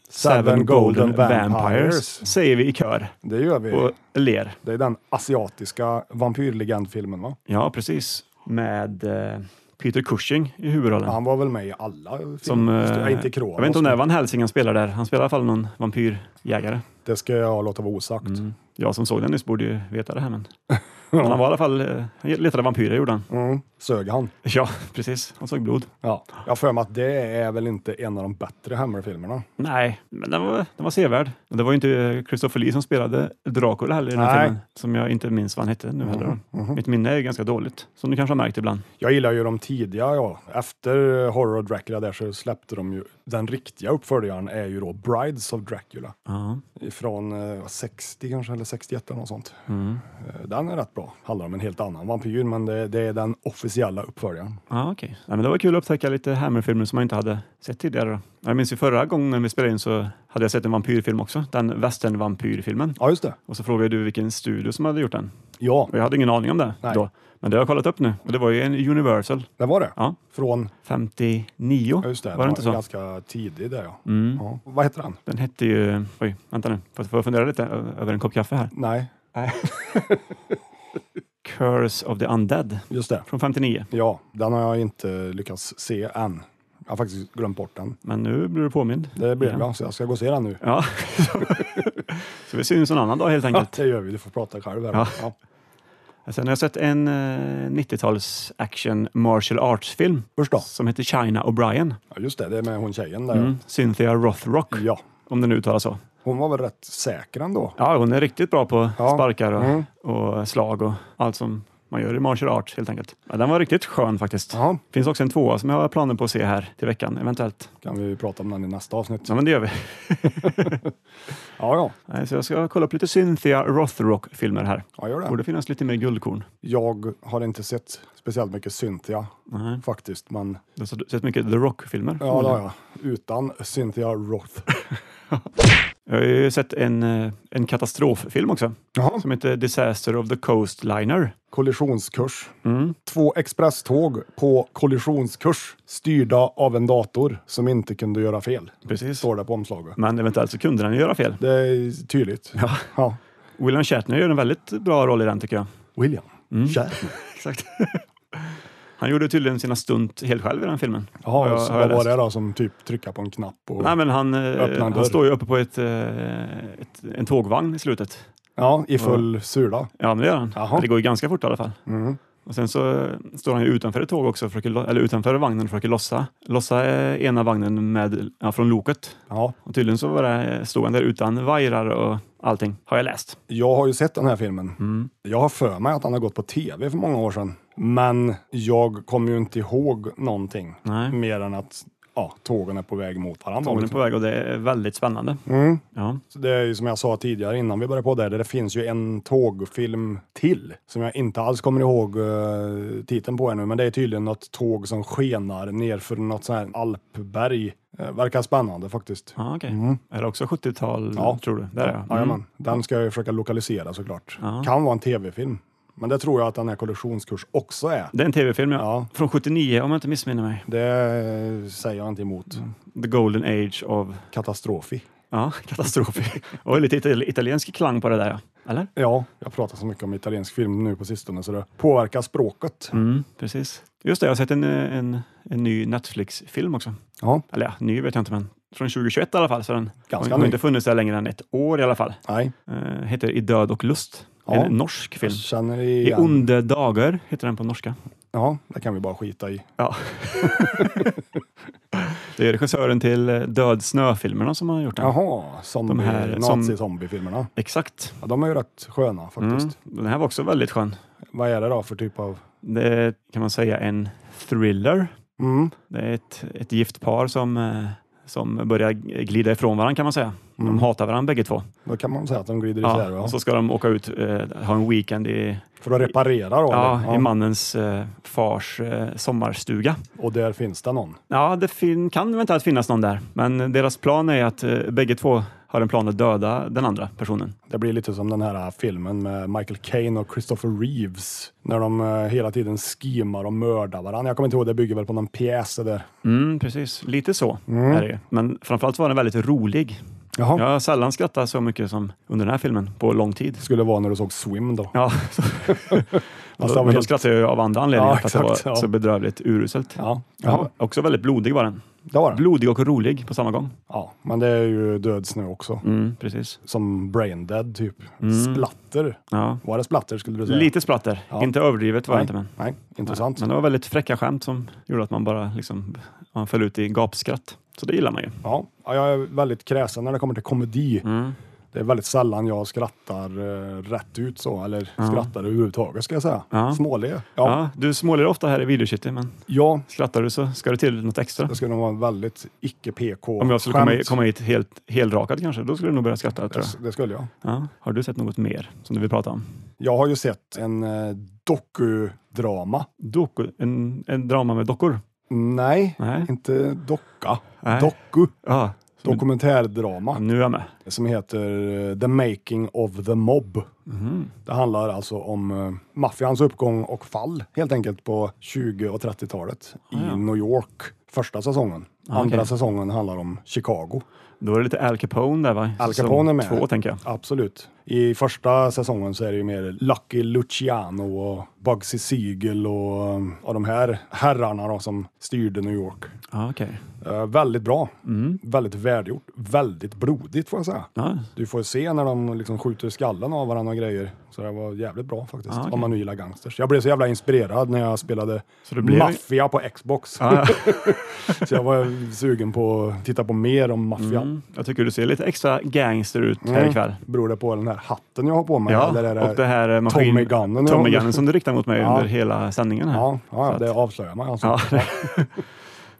C: Seven
D: Golden,
C: Golden
D: Vampires.
C: Vampires.
D: Säger vi i kör
C: Det gör vi.
D: och ler.
C: Det är den asiatiska vampyrlegendfilmen va?
D: Ja, precis. Med eh, Peter Cushing i huvudrollen.
C: Han var väl med i alla filmer?
D: Som, eh,
C: Nej, inte Kronos.
D: jag vet inte om det är
C: men
D: Van Helsing han spelar där. Han spelar i alla fall någon vampyrjägare.
C: det ska jag låta vara osagt. Mm.
D: Jag som såg den nyss borde ju veta det här. Men, men han var i alla fall, eh, han letade vampyrer gjorde han.
C: Mm, Sög han?
D: Ja, precis. Han såg blod.
C: Ja. Jag har för mig att det är väl inte en av de bättre Hammer-filmerna.
D: Nej, men den var, den var sevärd. Och Det var ju inte eh, Christopher Lee som spelade Dracula heller i den här
C: Nej.
D: filmen. Som jag inte minns vad han hette nu heller. Mitt minne är ganska dåligt, som du kanske har märkt ibland.
C: Jag gillar ju de tidiga, ja. Efter Horror of Dracula där så släppte de ju... Den riktiga uppföljaren är ju då Brides of Dracula.
D: Ja,
C: Från eh, 60 kanske, eller 61 eller något sånt.
D: mm.
C: Eh, Den är rätt bra. Handlar om en helt annan vampyr, men det, det är den officiella uppföljaren.
D: ja okej. Nej, men det var kul att upptäcka lite Hammer-filmer som man inte hade sett tidigare. då. Jag minns ju förra gången vi spelade in så hade jag sett en vampyrfilm också. Den western-vampyrfilmen.
C: Ja, just det.
D: Och så frågade du vilken studio som hade gjort den.
C: Ja,
D: Och jag hade ingen aning om det
C: Nej.
D: då. Men det har jag kollat upp nu. Och det var ju en Universal.
C: det var det.
D: Ja.
C: Från,
D: 59,
C: ja, just det,
D: var det inte så?
C: ganska tidig där ja.
D: Mm.
C: ja. Vad heter den?
D: Den hette ju... Oj, vänta nu. Får får jag fundera lite ö- över en kopp kaffe här?
C: Nej,
D: Curse of the Undead
C: just det.
D: från 59.
C: Ja, den har jag inte lyckats se än. Jag har faktiskt glömt bort den.
D: Men nu blir du påmind.
C: Det blev
D: Ja.
C: jag, så jag ska gå och se den nu.
D: Ja. så vi syns en annan dag helt
C: Ja,
D: enkelt.
C: det gör vi, du får prata själv här.
D: Ja.
C: Ja.
D: Sen har jag sett en eh, 90-tals action martial arts-film
C: Usch då.
D: som heter China O'Brien.
C: Ja, just det, det är med hon tjejen där.
D: Mm. Cynthia Rothrock,
C: Ja,
D: om den nu uttalas så.
C: hon var väl rätt säker ändå.
D: Ja, hon är riktigt bra på
C: Ja.
D: sparkar och,
C: Mm.
D: och slag och allt som man gör i martial arts helt enkelt. Ja, den var riktigt skön faktiskt.
C: Ja,
D: finns också en tvåa som jag har planer på att se här till veckan eventuellt.
C: kan vi prata om den i nästa avsnitt.
D: Ja, men det gör vi.
C: Ja, ja,
D: Nej, Så jag ska kolla upp lite Cynthia Rothrock-filmer här.
C: ja gör det.
D: Borde finnas lite mer guldkorn.
C: Jag har inte sett speciellt mycket Cynthia
D: Nej.
C: faktiskt, men
D: Du har sett mycket The Rock-filmer?
C: ja, det har jag. Utan Cynthia Roth.
D: Jag har ju sett en, eh, en katastroffilm också
C: Jaha,
D: som heter Disaster of the Coastliner.
C: kollisionskurs.
D: Mm.
C: Två expresståg på kollisionskurs styrda av en dator som inte kunde göra fel.
D: Precis.
C: Står det på omslaget.
D: Men eventuellt så kunde den ju göra fel.
C: Det är tydligt. Ja.
D: William Shatner gör en väldigt bra roll i den tycker jag.
C: William. Mm.
D: Exakt. Han gjorde tydligen sina stunt helt själv i den filmen. Har jag-
C: Jaha, så
D: har jag
C: vad var
D: läst.
C: det då som typ trycka på en knapp? Och...
D: Nej, men han,
C: Öppna
D: eh,
C: en dörr.
D: han står ju uppe på ett, eh, ett, en tågvagn i slutet.
C: Ja, i full sula.
D: Ja, men det gör han.
C: Jaha. Mm.
D: Det går ju ganska fort i alla fall. Och sen så eh, står han ju utanför ett tåg också, och försöker, lo- eller utanför vagnen och försöker lossa, lossa eh, ena vagnen med, ja, från loket.
C: Ja,
D: Och tydligen så var det, eh, stod han där utan vajrar och allting, har jag läst.
C: jag har ju sett den här filmen. Jag har för mig att han har gått på tv för många år sedan. Men jag kommer ju inte ihåg någonting.
D: Nej.
C: Mer än att ja, tågen är på väg mot varandra. liksom.
D: Tågen är på väg och det är väldigt spännande.
C: Mm.
D: Ja.
C: Så Det är ju som jag sa tidigare innan vi började på där, det finns ju en tågfilm till som jag inte alls kommer ihåg eh, titeln på ännu, men det är tydligen något tåg som skenar nerför något sånt här alpberg. Eh, verkar spännande faktiskt.
D: Ja, okej. Är det också 70-tal,
C: Mm. Ja.
D: tror du? Där, ja. Mm.
C: Jajamän, den ska jag ju försöka lokalisera såklart. Kan vara en tv-film, men det tror jag att den här kollektionskurs också är.
D: Det är en tv-film, ja.
C: Ja.
D: Från 79, om jag inte missminner mig.
C: Det säger jag inte emot.
D: The Golden Age of...
C: Katastrofi.
D: Ja, katastrofer. Och lite ital- italiensk klang på det där, ja. Eller?
C: Ja, jag pratar så mycket om italiensk film nu på sistone så det påverkar språket.
D: Mm, precis. Just det, jag har sett en, eh, en, en ny Netflix-film också.
C: Ja,
D: Eller ja, ny vet jag inte, men från 2021 i alla fall. Så den
C: Ganska
D: har, har
C: ny.
D: inte funnits där längre än ett år i alla fall.
C: nej.
D: Eh, heter I död och lust.
C: Ja.
D: En norsk film.
C: Jag Alltså, känner
D: I
C: igen.
D: onde dagar heter den på norska.
C: Ja, det kan vi bara skita i.
D: Ja. det är regissören till eh, Död snö-filmerna som har gjort den.
C: Jaha, zombie,
D: De här som-
C: nazi-zombiefilmerna.
D: Exakt.
C: Ja, de är ju rätt sköna faktiskt.
D: Mm. Den här var också väldigt skön.
C: Vad är det då för typ av...
D: Det är, kan man säga en thriller.
C: Mm.
D: Det är ett, ett gift par som, eh, som börjar glida ifrån varandra kan man säga. De hatar varandra bägge två.
C: Mm. Då kan man säga att de glider isär. va?
D: Ja, och Mm. så ska de åka ut eh, ha en weekend i,
C: För att reparera då?
D: ja,
C: eller?
D: i mannens eh, fars eh, sommarstuga.
C: Och där finns det någon.
D: Ja, det fin- kan eventuellt finnas någon där, men deras plan är att eh, bägge två har en plan att döda den andra personen.
C: Det blir lite som den här äh, filmen med Michael Caine och Christopher Reeves. När de eh, hela tiden skimar och mördar varandra. Jag kommer inte ihåg, det bygger väl på någon pjäs det där.
D: Mm, precis, lite så är det ju. Men framförallt var den väldigt rolig.
C: Jaha.
D: Jag har sällan skrattat så mycket som under den här filmen på lång tid.
C: Skulle vara när du såg Swim då.
D: Ja, så,
C: Fast
D: då,
C: det var
D: men då
C: helt-
D: skrattade jag ju av andra anledningar,
C: Ja,
D: för att det var
C: exakt, ja.
D: så bedrövligt uruselt.
C: Ja,
D: Ja,
C: ja.
D: också väldigt blodig var den.
C: det var det.
D: Blodig och rolig på samma gång.
C: Ja, men det är ju dödsnö också.
D: Mm, precis.
C: Som brain dead typ. Splatter.
D: Ja.
C: Var det splatter skulle du säga?
D: Mm. Lite splatter,
C: Ja.
D: inte överdrivet var det
C: Nej,
D: inte. Men.
C: nej intressant.
D: Men det var väldigt fräcka skämt som gjorde att man bara liksom, man föll ut i gapskratt. Så det gillar man ju.
C: Ja, ja, jag är väldigt kräsen när det kommer till komedi.
D: Mm.
C: Det är väldigt sällan jag skrattar eh, rätt ut så, eller skrattar överhuvudtaget ska jag säga.
D: Ja.
C: Smålig. Ja.
D: Ja.
C: Ja.
D: du smålar ofta här i videokitty, men skrattar du så ska det till något extra.
C: det skulle nog vara en väldigt icke PK
D: Om jag skulle komma, komma hit helt helrakad kanske, då skulle du nog börja skratta tror jag.
C: Det skulle jag.
D: Ja. Har du sett något mer som du vill prata om?
C: Jag har ju sett en eh, dokudrama.
D: Doku, en, en drama med dockor?
C: Nej,
D: Nej.
C: inte docka.
D: Nej.
C: Doku.
D: Ja. Som-
C: Dokumentärdrama
D: Nu är jag med.
C: som heter eh, The Making of the Mob.
D: Mhm.
C: Det handlar alltså om eh, maffians uppgång och fall helt enkelt på 20 och 30-talet
D: Ah, ja.
C: i New York. Första säsongen.
D: Ah,
C: Andra
D: okej.
C: säsongen handlar om Chicago.
D: Då är det lite Al Capone där va?
C: Al
D: Säsong
C: Capone är med.
D: Två tänker jag.
C: Absolut. I första säsongen så är det ju mer Lucky Luciano och Bugsy Siegel och, eh, och de här herrarna då, som styrde New York.
D: Ja, okej.
C: Eh, väldigt bra.
D: Mm.
C: Väldigt välgjort. Väldigt blodigt får jag säga.
D: Ja,
C: Du får se när de liksom skjuter skallen av varandra och grejer. Så det var jävligt bra faktiskt.
D: Ah, okej.
C: Om man nu gillar gangsters. Jag blev så jävla inspirerad när jag spelade
D: Så det blev- Ah,
C: Mafia på Xbox. så jag var sugen på att titta på mer om maffia.
D: Mm. Jag tycker du ser lite extra gangster ut här ikväll.
C: Beror det på den här hatten jag har på mig?
D: Ja,
C: eller är Mm. det...
D: och det här eh, maskin...
C: Tommy Gunnen jag
D: Tommy
C: håller-
D: Gunnen som du riktar mot mig
C: Ja.
D: under hela sändningen här.
C: Ja, ja,
D: Så
C: det avslöjar man alltså.
D: Ja.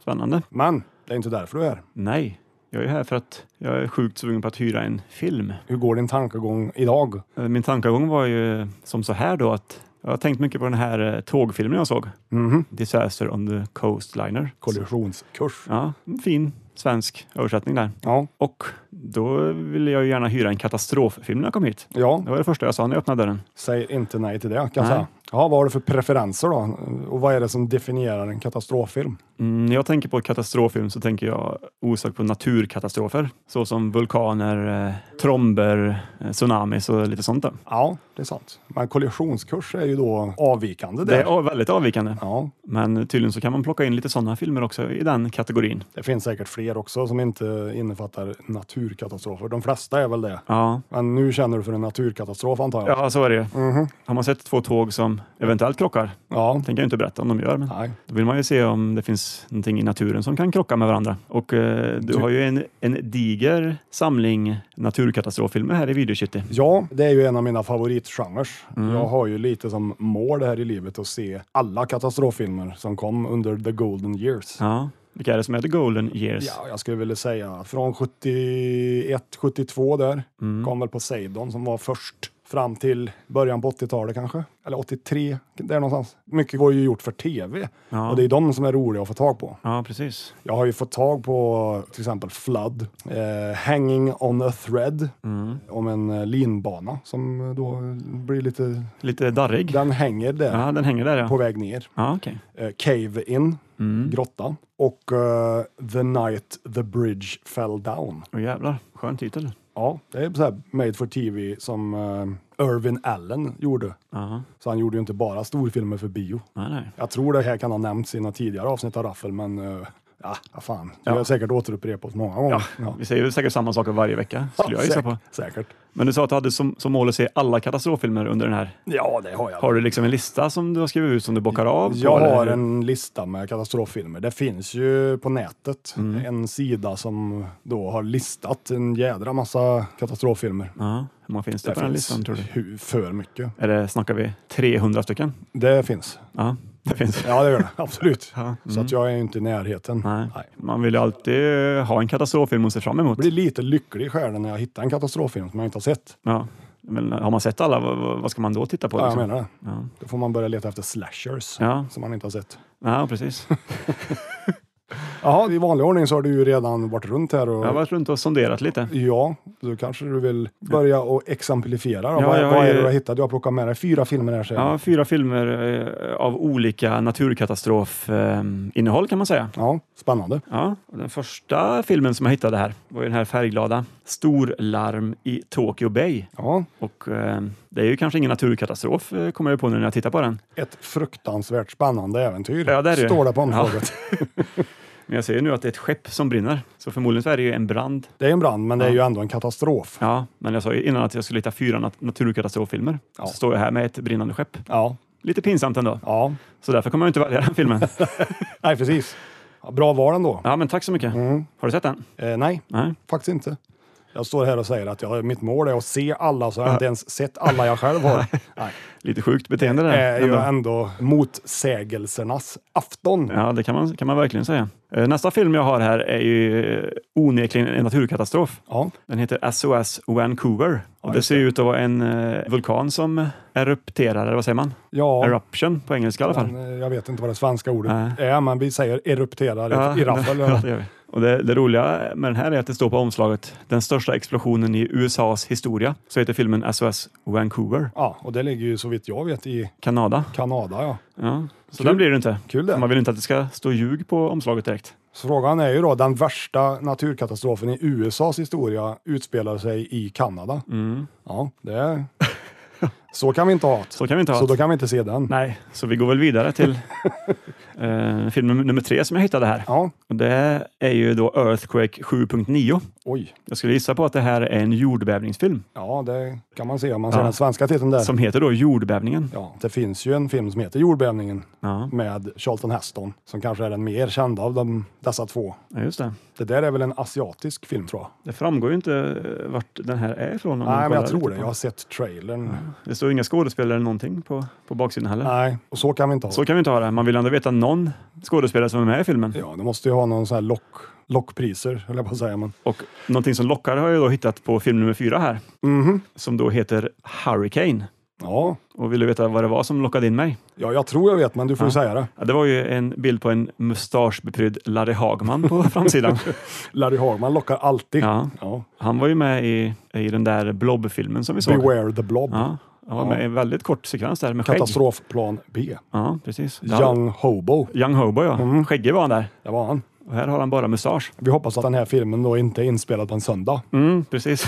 D: Spännande.
C: Men det är inte därför du är här.
D: Nej, jag är här för att jag är sjukt sugen på att hyra en film.
C: Hur går din tankegång idag?
D: Eh, Min tankegång var ju eh, som så här då att jag har tänkt mycket på den här eh, tågfilmen jag såg.
C: Mhm.
D: Disaster on the Coastliner.
C: Kollisionskurs.
D: Ja, en fin svensk översättning där.
C: Ja,
D: Och då ville jag ju gärna hyra en katastroffilm när jag kom hit.
C: ja.
D: Det var det första jag sa när jag öppnade dörren.
C: Säg inte nej till det kan jag
D: Nej.
C: säga. Ja, vad har du för preferenser då? Och vad är det som definierar en katastroffilm?
D: Mm, När jag tänker på katastroffilm så tänker jag osökt på naturkatastrofer, såsom vulkaner, eh, tromber, eh, tsunamis och lite sånt där.
C: Ja, det är sant. Men kollisionskurs är ju då avvikande
D: Det
C: där.
D: är av- väldigt avvikande,
C: Ja,
D: men tydligen så kan man plocka in lite sådana filmer också i den kategorin.
C: det finns säkert fler också som inte innefattar naturkatastrofer. De flesta är väl det.
D: Ja,
C: Men nu känner du för en naturkatastrof antar jag?
D: ja så är det ju.
C: Mhm.
D: Har man sett två tåg som eventuellt krockar,
C: Ja.
D: tänker jag inte berätta om de gör, men
C: Nej.
D: då vill man ju se om det finns någonting i naturen som kan krocka med varandra. Och eh, du
C: Ty-
D: har ju en, en diger samling naturkatastroffilmer här i Videokitty.
C: Ja, det är ju en av mina favoritgenrer.
D: Mm.
C: Jag har ju lite som mål här i livet att se alla katastroffilmer som kom under the golden years.
D: Ja, vilka är det som är The Golden Years?
C: Ja, jag skulle vilja säga från 71, 72 där.
D: Mm.
C: Kom väl på Seidon som var först fram till början på 80-talet kanske. Eller 83, där någonstans. Mycket går ju gjort för tv
D: Ja.
C: och det är de som är roliga att få tag på.
D: Ja, precis.
C: Jag har ju fått tag på till exempel Flood, eh, Hanging on a thread,
D: Mm.
C: om en eh, linbana som då blir lite,
D: Lite darrig.
C: den hänger där
D: Ja, den hänger där
C: på Mm.
D: ja. Mm.
C: väg ner.
D: Ja, okej.
C: Eh, cave in, grotta, och eh, The night the bridge fell down.
D: Åh jävlar, skön titel.
C: Ja, det är så här made for tv som eh, Irvin Allen gjorde.
D: Ja,
C: Så han gjorde ju inte bara storfilmer för bio.
D: nej, nej.
C: Jag tror det här kan ha nämnts i några tidigare avsnitt av Raffel, men eh, ja, vad fan. Vi har säkert återupprepat många gånger. Ja.
D: Vi säger ju säkert samma saker varje vecka, skulle jag gissa
C: säkert,
D: på.
C: säkert.
D: Men du sa att du hade som, som mål att se alla katastroffilmer under den här.
C: Ja, det har jag.
D: Har du liksom en lista som du har skrivit ut som du bockar av? på,
C: jag
D: eller
C: har
D: hur?
C: en lista med katastroffilmer. Det finns ju på nätet
D: Mm.
C: en sida som då har listat en jädra massa katastroffilmer.
D: Ja, hur många finns det,
C: Det
D: på den
C: finns
D: listan tror du?
C: hu- för mycket.
D: Är det, snackar vi 300 stycken?
C: Det finns.
D: Ja, det finns.
C: Ja, det gör det. Absolut.
D: Ja,
C: Så att jag är ju inte i närheten.
D: Mm. Nej.
C: Nej.
D: Man vill ju alltid ha en katastroffilm att se fram emot.
C: Jag blir lite lycklig i själen när jag hittar en katastroffilm som jag inte har sett.
D: Ja. Men eh, har man sett alla, vad, vad- vad ska man då titta på?
C: Ja, jag
D: liksom?
C: menar det.
D: Ja.
C: Då får man börja leta efter slashers
D: Ja.
C: som man inte har sett.
D: ja, precis.
C: Jaha, i vanlig ordning så har du ju redan varit runt här och
D: Jag har varit runt och sonderat lite.
C: Ja, då kanske du vill börja och exemplifiera. Då.
D: Ja,
C: vad,
D: jag
C: vad
D: har
C: är
D: ju-
C: det du har hittat? Du har plockat med dig fyra filmer här. säger
D: Ja,
C: du.
D: fyra filmer eh, av olika naturkatastrofinnehåll kan man säga.
C: ja, spännande.
D: Ja, och den första filmen som jag hittade här var ju den här färgglada Storlarm i Tokyo Bay.
C: Ja,
D: Och eh, det är ju kanske ingen naturkatastrof, eh, kommer jag ju på nu när jag tittar på den.
C: ett fruktansvärt spännande äventyr.
D: Ja, det är det ju.
C: Står det på
D: Ja.
C: omslaget.
D: Men jag ser ju nu att det är ett skepp som brinner, så förmodligen så är det ju en brand.
C: Det är en brand, men det är ju ändå en katastrof.
D: Ja, men jag sa ju innan att jag skulle hitta fyra nat- naturkatastroffilmer.
C: Ja.
D: Så står jag här med ett brinnande skepp.
C: Ja,
D: Lite pinsamt ändå,
C: ja.
D: så därför kommer jag inte välja den filmen.
C: nej precis. Ja, Bra val ändå.
D: Ja, men tack så mycket. Har du sett den?
C: Eh, nej,
D: Nej.
C: faktiskt inte. Jag står här och säger att jag, mitt mål är att se alla, så jag har inte ens sett alla jag själv har. Nej.
D: Lite sjukt beteende
C: Det
D: där.
C: är ju
D: ändå.
C: ändå motsägelsernas afton.
D: Ja, det kan man, kan man verkligen säga. Eh, Nästa film jag har här är ju eh, onekligen en naturkatastrof.
C: Ja,
D: Den heter SOS Vancouver. Och det
C: just
D: ser ju ut att vara en eh, vulkan som erupterar, eller vad säger man?
C: ja.
D: Eruption på engelska i alla fall.
C: Men, eh, jag vet inte vad det svenska ordet
D: Nej.
C: är, men vi säger erupterar
D: Ja,
C: i raffel.
D: ja, det gör vi. Och det, det roliga med den här är att det står på omslaget den största explosionen i USAs historia. Så heter filmen SOS Vancouver,
C: Ja, och det ligger ju så vitt jag vet i
D: Kanada.
C: Kanada. Ja.
D: Ja. Så
C: Kul.
D: den blir det inte.
C: Kul det.
D: Man vill inte att det ska stå ljug på omslaget direkt.
C: Så frågan är ju då, den värsta naturkatastrofen i USAs historia utspelar sig i Kanada. Ja, det är... Så kan vi inte ha det.
D: Mm. Så kan vi inte ha
C: Så
D: det.
C: då kan vi inte se den.
D: Nej, så vi går väl vidare till eh, film nummer tre som jag hittade här.
C: Ja,
D: Och det är ju då Earthquake 7.9.
C: oj.
D: Jag skulle gissa på att det här är en jordbävningsfilm
C: Ja, det kan man se om man ser
D: Ja.
C: den svenska titeln där.
D: som heter då Jordbävningen.
C: Ja, det finns ju en film som heter Jordbävningen
D: Ja,
C: med Charlton Heston som kanske är den mer kända av de, dessa två.
D: ja, just det.
C: Det där är väl en asiatisk film tror jag.
D: Det framgår ju inte eh, vart den här är ifrån. om man
C: Nej, men jag
D: kollar
C: tror det.
D: lite på- Mm.
C: Jag har sett trailern.
D: Det står inga skådespelare eller någonting på, på baksidan heller.
C: Nej, och så kan vi inte ha
D: Så kan vi inte ha det. Man vill ändå veta någon skådespelare som är med i filmen.
C: Ja, det måste ju ha någon sån här lock, lockpriser, höll jag på att säga. Men,
D: Och någonting som lockar har jag då hittat på film nummer fyra här, som då heter Hurricane.
C: Mhm. ja,
D: Och vill du veta vad det var som lockade in mig?
C: ja, jag tror jag vet, men du får ju säga det.
D: Ja, det var ju en bild på en mustaschbeprydd Larry Hagman på framsidan.
C: Larry Hagman lockar alltid.
D: Ja,
C: Ja.
D: han var ju med i, i den där Blob-filmen som vi såg.
C: Beware the blob.
D: Ja, Han var med i en väldigt kort sekvens där med skägg.
C: Katastrofplan B.
D: Ja, precis. Där-
C: Young Mm. Hobo.
D: Young Hobo ja. Skäggig var han där.
C: Det var han.
D: Och här har han bara mustasch.
C: Vi hoppas att den här filmen då inte är inspelad på en söndag.
D: Mm, precis.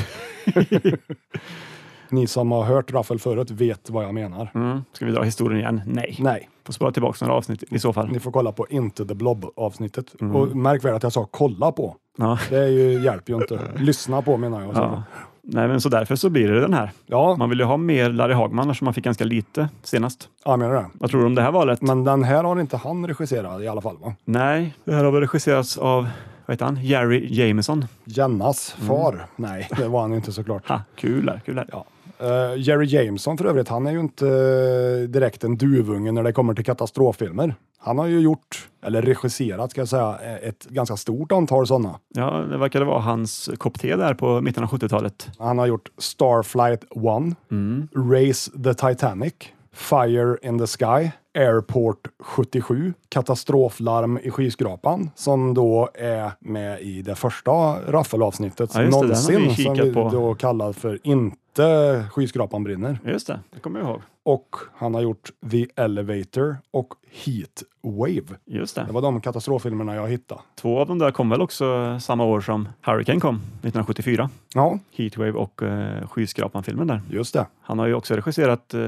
C: Ni som har hört Raffel förut vet vad jag menar.
D: Mm. Ska vi dra historien igen? Nej.
C: Nej,
D: Får spara tillbaka några avsnitt i så fall.
C: ni får kolla på Inte the Blob avsnittet. Och märk väl att jag sa kolla på.
D: Ja.
C: Det är ju, hjälper ju inte. Lyssna på menar jag.
D: Ja.
C: Ja.
D: Nej, men så därför så blir det den här.
C: ja,
D: Man vill ju ha mer Larry Hagman eftersom man fick ganska lite senast.
C: jag menar det.
D: Vad tror du om det här valet?
C: Men den här har inte han regisserat i alla fall va?
D: Nej, det här har väl regisserats av, vad heter han, Jerry Jameson.
C: Jennas far? Nej, det var han ju inte såklart.
D: Ha, kul där, kul där.
C: Ja. Eh, Jerry Jameson för övrigt, han är ju inte eh, direkt en duvunge när det kommer till katastroffilmer. Han har ju gjort, eller regisserat ska jag säga, eh, ett ganska stort antal sådana.
D: Ja, det verkade vara hans kopp te där på mitten av 70-talet.
C: Han har gjort Starflight 1, Race the Titanic, Fire in the Sky, Airport 77, Katastroflarm i skyskrapan, som då är med i det första raffelavsnittet
D: Ja, just det, den har
C: någonsin,
D: vi
C: som
D: kikat
C: vi
D: på.
C: då kallar för Inte skyskrapan brinner.
D: Just det, det kommer jag ihåg.
C: och han har gjort The Elevator och Heat Wave.
D: Just
C: Det
D: det.
C: var de katastroffilmerna jag hittade.
D: Två av dem där kom väl också samma år som Hurricane kom, 1974.
C: Ja,
D: Heatwave och eh, Skyskrapan-filmen där.
C: just det.
D: Han har ju också regisserat eh,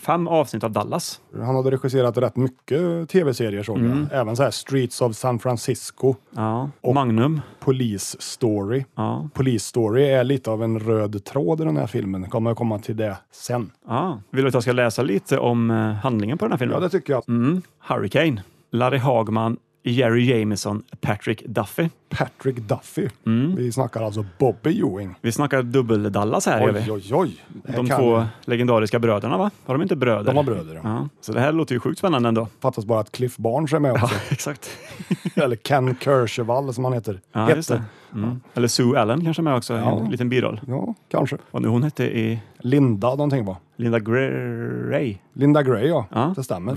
D: fem avsnitt av Dallas.
C: Han hade regisserat rätt mycket tv-serier såg jag.
D: Mm.
C: Även så här Streets of San Francisco,
D: Ja.
C: Och-
D: Magnum.
C: Police Story.
D: Ja.
C: Police Story är lite av en röd tråd i den här filmen. Kommer jag komma till det sen.
D: ja. Vill du att jag ska läsa lite om eh, handlingen på den här filmen?
C: Ja, det tycker jag.
D: Mm. Hurricane. Larry Hagman, Jerry Jameson, Patrick Duffy. Mm.
C: Patrick Duffy. Vi snackar alltså Bobby Ewing.
D: Vi snackar dubbel-Dallas här. gör vi.
C: Oj, oj, oj. Det här
D: De
C: kan
D: två
C: jag.
D: legendariska bröderna, va? Var de inte bröder?
C: De var bröder. ja.
D: Ja. Så det här låter ju sjukt spännande ändå.
C: Fattas bara att Cliff Barnes är med också.
D: Exakt.
C: Eller Ken Kershevall som han heter.
D: Ja,
C: Hette.
D: just det. Mm. Eller Sue Allen kanske är med också, i en
C: Ja.
D: liten biroll.
C: Ja, kanske.
D: Vad nu hon hette i
C: Linda någonting va?
D: Linda Gray.
C: Linda Gray ja,
D: Ja.
C: det stämmer.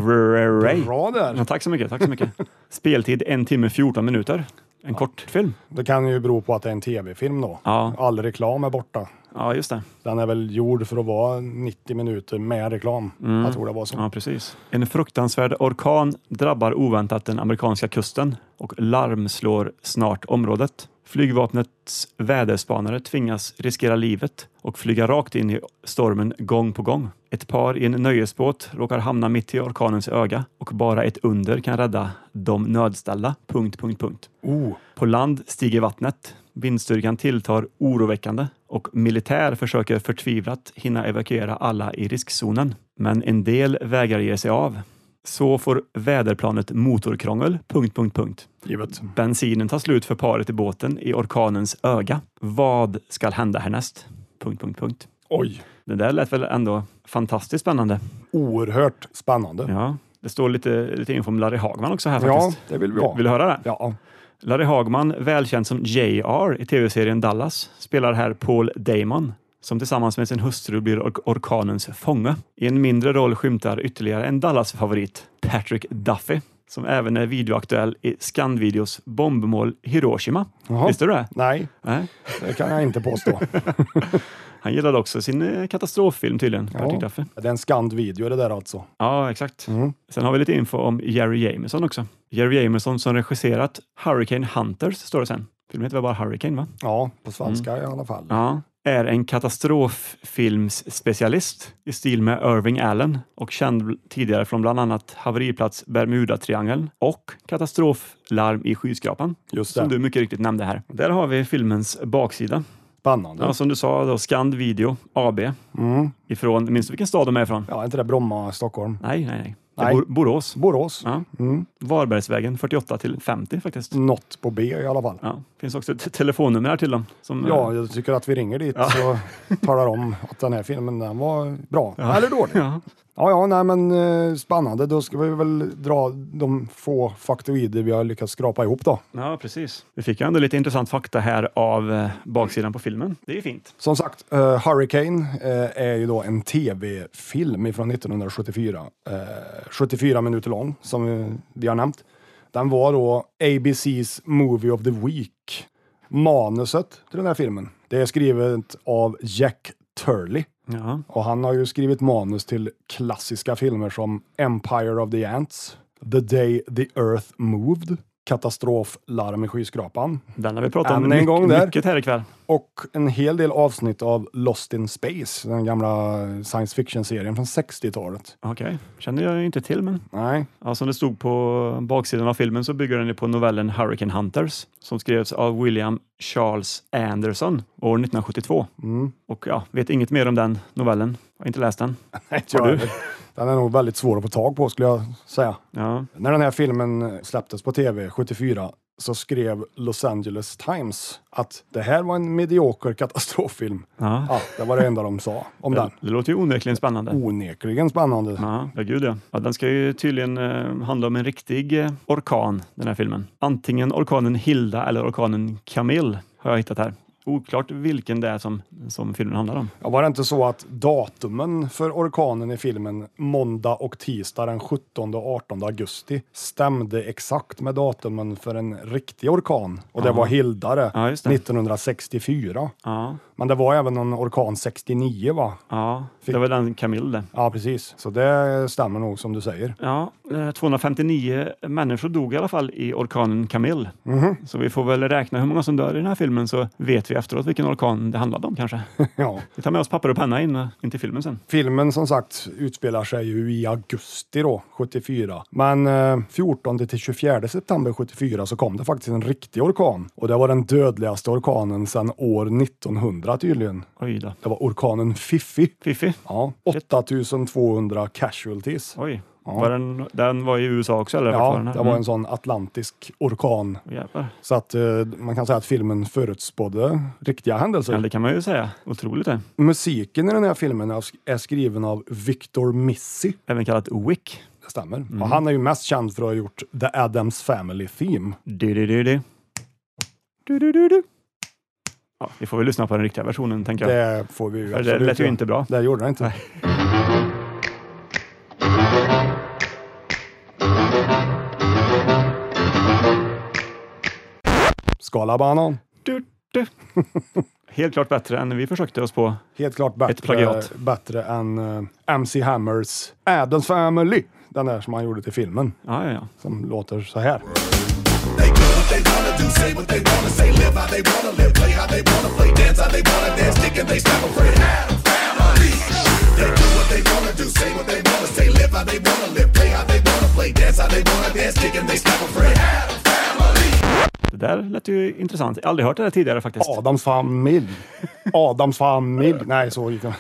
D: Gray.
C: Bra
D: Ja,
C: där.
D: tack så mycket, tack så mycket. Speltid en timme 14 minuter. En kortfilm.
C: Det kan ju bero på att det är en tv-film då.
D: Ja.
C: All reklam är borta.
D: Ja, just det.
C: Den är väl gjord för att vara 90 minuter med reklam.
D: Mm.
C: Jag tror det var så.
D: Ja, precis. En fruktansvärd orkan drabbar oväntat den amerikanska kusten och larm slår snart området. Flygvapnets väderspanare tvingas riskera livet och flyga rakt in i stormen gång på gång. Ett par i en nöjesbåt råkar hamna mitt i orkanens öga och bara ett under kan rädda de nödställda. Punkt, punkt, punkt.
C: Oh,
D: På land stiger vattnet. Vindstyrkan tilltar oroväckande och militär försöker förtvivlat hinna evakuera alla i riskzonen. Men en del vägrar ge sig av. Så får väderplanet motorkrångel... Punkt, punkt, punkt.
C: givet.
D: Bensinen tar slut för paret i båten i orkanens öga. Vad ska hända härnäst? Punkt, punkt, punkt.
C: Oj,
D: Det där lät väl ändå fantastiskt spännande.
C: oerhört spännande.
D: Ja, det står lite, lite info om Larry Hagman också här
C: Ja,
D: faktiskt.
C: det vill vi ha.
D: Vill du höra det?
C: Ja,
D: Larry Hagman, välkänd som JR i tv-serien Dallas, spelar här Paul Damon som tillsammans med sin hustru blir ork- orkanens fånge. I en mindre roll skymtar ytterligare en Dallas-favorit, Patrick Duffy, som även är videoaktuell i Scandvideos bombmål Hiroshima.
C: Jaha.
D: Visste du det?
C: nej,
D: Nej.
C: det kan jag inte påstå.
D: Han gillade också sin eh, katastroffilm tydligen, Patrick
C: Ja.
D: Duffy.
C: Det är en skand video det där alltså.
D: Ja, exakt. Sen har vi lite info om Jerry Jameson också. Jerry Jameson som regisserat Hurricane Hunters, står det sen. Filmen heter väl bara Hurricane, va?
C: Ja, på svenska i alla fall.
D: Mm. Ja. Är en katastroffilmsspecialist i stil med Irving Allen och känd bl- tidigare från bland annat Haveriplats Bermuda-triangeln och Katastroflarm i skyskrapan.
C: Just
D: Som
C: det.
D: du mycket riktigt nämnde här. Där har vi filmens baksida.
C: Spännande.
D: Ja, Mm. som du sa då, Scand Video AB. Ifrån, minns du vilken stad de är ifrån?
C: Ja, inte det Bromma, Stockholm.
D: Nej, nej, nej. Mm. Det
C: Nej.
D: är Bor- Borås.
C: Borås.
D: Ja. Varbergsvägen 48 till 50 faktiskt.
C: Något på B i alla fall.
D: Ja, finns också ett telefonnummer här till dem. Som, eh,
C: Ja, jag tycker att vi ringer dit och talar om att den här filmen den var bra. Eller dålig. Ja, ja, nej, men eh, spännande. Då ska vi väl dra de få faktoider vi har lyckats skrapa ihop då.
D: Ja, precis. Vi fick ju ändå lite intressant fakta här av eh, baksidan på filmen. Det är ju fint.
C: Som sagt, eh, Hurricane eh, är ju då en tv-film från 1974. eh, 74 minuter lång, som eh, vi har nämnt. Den var då ABC's Movie of the Week. Manuset till den här filmen, det är skrivet av Jack Turley.
D: Ja.
C: Och han har ju skrivit manus till klassiska filmer som Empire of the Ants, The Day the Earth Moved, Katastrof, Larm i skyskrapan
D: Den har vi pratat om
C: Än en
D: mycket,
C: gång där.
D: mycket här ikväll.
C: och en hel del avsnitt av Lost in Space, den gamla science fiction-serien från 60-talet.
D: Okej, känner jag ju inte till men
C: Nej,
D: ja, som det stod på baksidan av filmen så bygger den ju på novellen Hurricane Hunters som skrevs av William Charles Anderson år 1972.
C: mm,
D: Och ja, vet inget mer om den novellen. Har inte läst den.
C: nej
D: Har
C: jag-
D: du?
C: Den är nog väldigt svår att få tag på skulle jag säga.
D: Ja,
C: När den här filmen släpptes på tv 74 så skrev Los Angeles Times att det här var en medioker katastroffilm.
D: ja.
C: Ja, det var det enda de sa om den.
D: Det låter ju onekligen spännande.
C: Onekligen spännande.
D: Ja, ja, gud ja. ja. Den ska ju tydligen eh, handla om en riktig eh, orkan, den här filmen. Antingen orkanen Hilda eller orkanen Camille har jag hittat här. Oklart vilken det är som, som filmen handlar om.
C: Ja, var det inte så att datumen för orkanen i filmen, måndag och tisdag den 17 och 18 augusti, stämde exakt med datumen för en riktig orkan? Och det var Hildare
D: Ja, just det.
C: 1964.
D: Ja,
C: Men det var även en orkan 69 va?
D: ja. det var den Camille det.
C: Ja, precis. Så det stämmer nog som du säger.
D: Ja, eh, 259 människor dog i alla fall i orkanen Camille. Så vi får väl räkna hur många som dör i den här filmen så vet vi efteråt vilken orkan det handlade om kanske.
C: Ja.
D: Vi tar med oss papper och penna in, eh, in till filmen sen.
C: Filmen som sagt utspelar sig ju i augusti då, 74. Men eh, 14 till 24 september 74 så kom det faktiskt en riktig orkan. Och det var den dödligaste orkanen sedan år 1900 tydligen.
D: Oj då.
C: Det var orkanen Fiffi.
D: Fiffi.
C: Ja, 8200 casualties.
D: Oj. Var den, den var i USA också eller? Vart var den
C: Ja,
D: här?
C: det var
D: Mm.
C: en sån atlantisk orkan.
D: Åh, Jävlar.
C: Så att eh, man kan säga att filmen förutspådde riktiga händelser.
D: Ja, det kan man ju säga. Otroligt det.
C: Musiken i den här filmen är sk- är skriven av Victor Missy.
D: Även kallat Wick.
C: Det stämmer. Och
D: Mm.
C: han är ju mest känd för att ha gjort The Addams Family Theme.
D: Du, du, du, du. Du, du, du, du. Ja, vi får väl lyssna på den riktiga versionen, tänker jag.
C: Det får vi ju
D: Det, det
C: absolut
D: lät ju
C: göra.
D: inte bra.
C: Det gjorde det inte. Skala banan.
D: Du, du. Helt klart bättre än vi försökte oss på.
C: Helt klart bättre,
D: Ett plagiat.
C: bättre än eh, MC Hammers Addams Family. Den där som han gjorde till filmen,
D: Ja, ja, ja.
C: som låter så här.
E: They do what they wanna do, say what they wanna say, live how they wanna live, play how they wanna play, dance how they wanna dance, kick and they stop a friend. Family. They do what they wanna do, say what they wanna say, live how they wanna live, play how they wanna play, dance how they wanna dance, kick and they stop a friend. Family.
D: Det där lät ju intressant. Jag har aldrig hört det där tidigare faktiskt.
C: Adams familj. Adams familj. Nej, så gick det.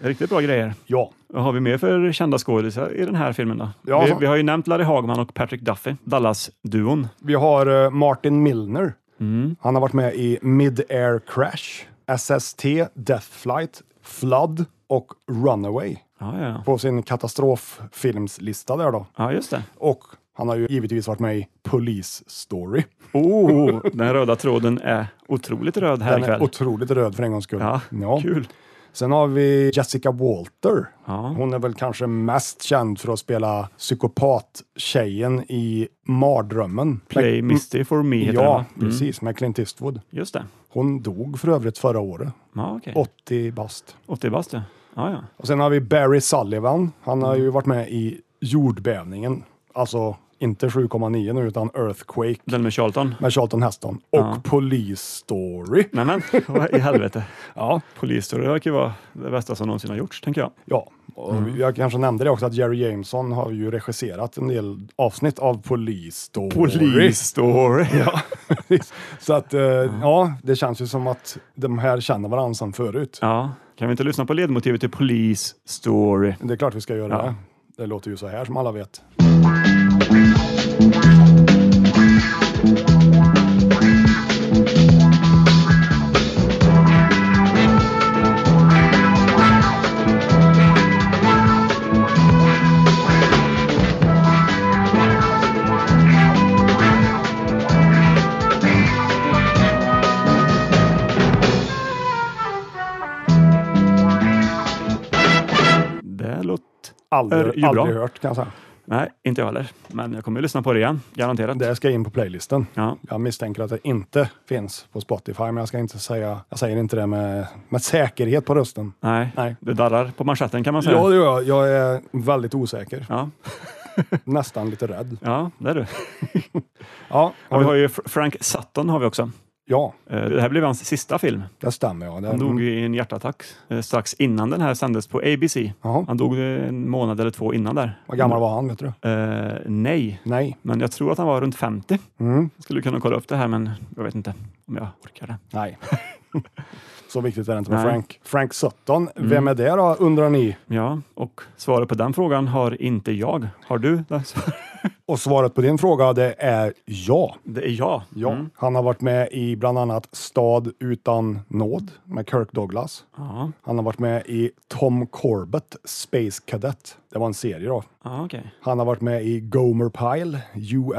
D: Riktigt bra grejer.
C: Ja.
D: Vad har vi mer för kända skådisar i den här filmen då?
C: Ja,
D: vi,
C: så-
D: vi har ju nämnt Larry Hagman och Patrick Duffy, Dallas-duon.
C: Vi har eh, Martin Milner.
D: Mm.
C: Han har varit med i Mid-Air Crash, SST, Death Flight, Flood och Runaway
D: Ja, ja, ja.
C: på sin katastroffilmslista där då.
D: ja, just det.
C: Och han har ju givetvis varit med i Police Story.
D: Oh, den röda tråden är otroligt röd här
C: Den
D: ikväll.
C: är otroligt röd för en gångs skull.
D: Ja, kul.
C: Sen har vi Jessica Walter.
D: Ja.
C: Hon är väl kanske mest känd för att spela psykopat-tjejen i Mardrömmen.
D: Play Misty for me heter den,
C: Ja,
D: va? Mm.
C: precis. Med Clint Eastwood.
D: Just det.
C: Hon dog för övrigt förra året.
D: Ja, okej.
C: 80 bast.
D: 80 bast ja. Ja, ja.
C: Och sen har vi Barry Sullivan. Han har ju varit med i jordbävningen. Alltså inte 7,9 nu utan Earthquake
D: Den med Charlton.
C: med Charlton Heston. Och Police Story.
D: Nej men, vad i helvete.
C: Ja.
D: Polisstory verkar ju vara det bästa som någonsin har gjorts, tänker jag.
C: Ja. Och Jag kanske nämnde det också att Jerry Jameson har ju regisserat en del avsnitt av Police Story.
D: Story! Ja.
C: Så att eh, ja, det känns ju som att de här känner varandra sedan förut.
D: ja. Kan vi inte lyssna på ledmotivet till Police Story?
C: Det är klart vi ska göra
D: Ja.
C: det. Det låter ju så här som alla vet.
D: Det låter...
C: Aldrig,
D: Är ju bra.
C: aldrig hört kan jag säga.
D: Nej, inte jag heller. Men jag kommer ju lyssna på det igen, garanterat.
C: Det ska in på playlisten.
D: Ja.
C: Jag misstänker att det inte finns på Spotify, men jag ska inte säga, jag säger inte det med, med säkerhet på rösten.
D: Nej.
C: Nej.
D: det darrar på manschetten kan man säga.
C: Ja, det gör jag. Jag är väldigt osäker.
D: Ja,
C: Nästan lite rädd.
D: ja det är du.
C: Ja,
D: Och vi har ju Fr- Frank Sutton har vi också.
C: ja
D: Eh, Det här blev hans sista film.
C: det stämmer. Ja. mm. Det,
D: Han dog i en hjärtattack eh, strax innan den här sändes på ABC.
C: Jaha.
D: Han dog eh, en månad eller två innan där.
C: Vad gammal var han, vet du?
D: Eh, nej,
C: Nej.
D: men jag tror att han var runt 50.
C: Mm.
D: Jag skulle kunna kolla upp det här, men jag vet inte om jag orkar det.
C: Nej. Så viktigt är det inte med
D: Nej. Mm.
C: Frank. Frank Sutton, vem är det då, undrar ni?
D: Ja, och svaret på den frågan har inte jag. Har du? det svar?
C: Och svaret på din fråga, det är ja.
D: Det är jag.
C: ja. Han har varit med i bland annat Stad utan nåd med Kirk Douglas.
D: Ja,
C: Han har varit med i Tom Corbett, Space Cadet. Det var en serie då.
D: ja okej.
C: Han har varit med i Gomer Pyle,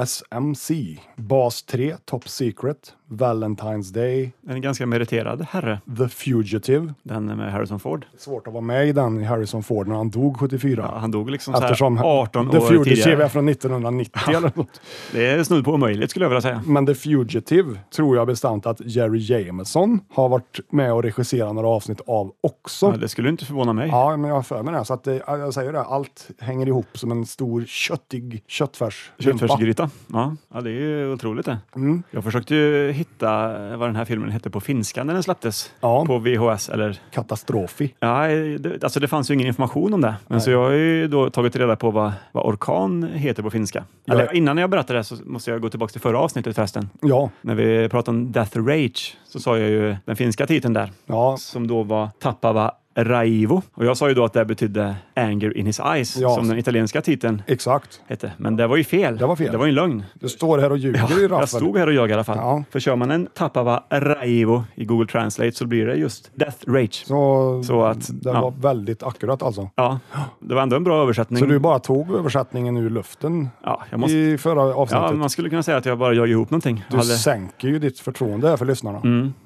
C: USMC, Bas 3, Top Secret, Valentine's Day,
D: En ganska meriterad herre,
C: The Fugitive.
D: den med Harrison Ford.
C: Svårt att vara med i den i Harrison Ford när han dog 74.
D: Ja, han dog liksom så
C: Eftersom
D: här 18
C: The
D: år
C: Fugitive är
D: tidigare.
C: från 1990 eller något.
D: Det är snudd på omöjligt skulle jag vilja säga.
C: Men The Fugitive tror jag bestämt att Jerry Jameson har varit med och regisserat några avsnitt av också.
D: Ja, det skulle inte förvåna mig.
C: Ja, men jag har för mig det. Så att det, ja, jag säger det, allt hänger ihop som en stor köttig köttfärslimpa.
D: Köttfärsgryta. Ja. ja, det är ju otroligt det.
C: Mm.
D: Jag försökte ju hitta vad den här filmen hette på finska när den släpptes.
C: Ja.
D: På VHS eller...
C: Katastrofi.
D: Ja, det, alltså det fanns ju ingen information om det. Men så jag har ju då tagit reda på vad, vad orkan heter på finska.
C: Jag-
D: Eller, innan jag berättar det så måste jag gå tillbaka till förra avsnittet förresten.
C: Ja,
D: När vi pratade om Death Rage så sa jag ju den finska titeln där.
C: ja,
D: som då var Tappava Raivo. Och jag sa ju då att det betydde Anger in his eyes,
C: Ja.
D: som den italienska titeln
C: exakt.
D: hette. Men det var ju fel.
C: Det var fel.
D: Det var ju en lögn.
C: Du står här och ljuger i raffen.
D: Jag stod här och jag i alla fall.
C: Ja.
D: För kör man en Tappava Raivo i Google Translate så blir det just Death Rage.
C: Så,
D: Så att,
C: det
D: ja.
C: var väldigt akkurat alltså.
D: Ja, det var ändå en bra översättning.
C: Så du bara tog översättningen ur luften
D: Ja, Mm. jag måste...
C: i förra
D: ja,
C: avsnittet?
D: man skulle kunna säga att jag bara jag ihop någonting.
C: du
D: Hade- Mm.
C: sänker ju ditt förtroende här för lyssnarna.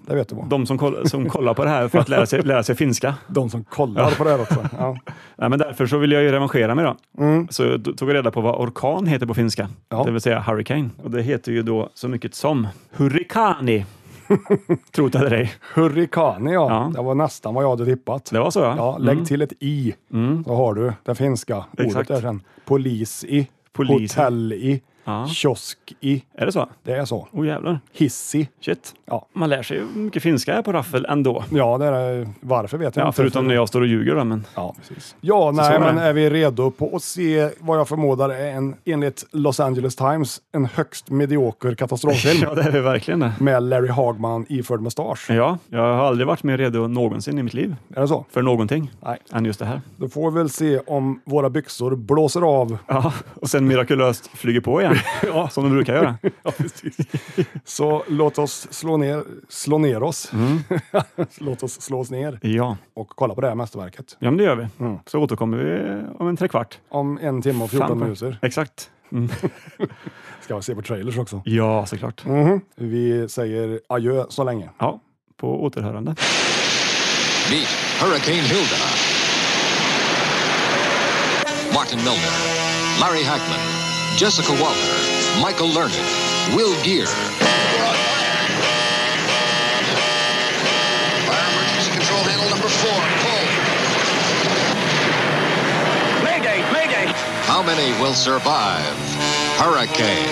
C: Det vet du vad.
D: De som, koll, som kollar på det här för att lära sig, lära sig finska.
C: De som kollar på det här också. Ja.
D: Nej, men därför så vill jag ju revanschera mig då. Så jag tog jag reda på vad orkan heter på finska,
C: Mm. Ja.
D: det vill säga hurricane. Och det heter ju då så mycket som hurrikani. Tro det eller ej.
C: Hurrikani ja.
D: Ja.
C: det var nästan vad jag hade tippat.
D: Det var så ja. Mm.
C: Ja, lägg till ett i, så har du det finska ordet
D: Exakt.
C: där sen. Polis i,
D: Polis i.
C: hotell i,
D: Ja.
C: kiosk i.
D: Är det så?
C: Det är så.
D: Åh jävlar.
C: Hissi.
D: Shit.
C: Ja.
D: Man lär sig ju mycket finska här på raffel ändå.
C: Ja, det är varför vet jag
D: Ja,
C: inte.
D: förutom
C: för-
D: när jag står och ljuger då, men
C: Ja, precis. Ja, nej,
D: är
C: men
D: det.
C: är vi redo på att se vad jag förmodar är en, enligt Los Angeles Times, en högst medioker katastroffilm
D: ja, det är det verkligen det.
C: med Larry Hagman iförd mustasch.
D: Ja, jag har aldrig varit mer redo någonsin i mitt liv
C: Är det så?
D: för någonting
C: Nej.
D: än just det här.
C: Då får vi väl se om våra byxor blåser av.
D: Ja, och sen mirakulöst flyger på igen, som de brukar göra.
C: Så låt oss slå ner, slå ner oss. låt oss slås ner
D: Ja. Mm.
C: och kolla på det här mästerverket.
D: Ja, men det gör vi. Så återkommer vi om en trekvart.
C: Om en timme och 14 minuter
D: Exakt. Mm.
C: ska vi se på trailers också.
D: Ja, såklart.
C: Vi säger adjö så länge.
D: Ja, på återhörande.
F: Beat Hurricane Hilda. Martin Milner, Larry Hackman, Jessica Walter, Michael Lerner, Will Gear.
G: Fire emergency control handle number four. Pull. Mayday, mayday.
F: How many will survive? Hurricane.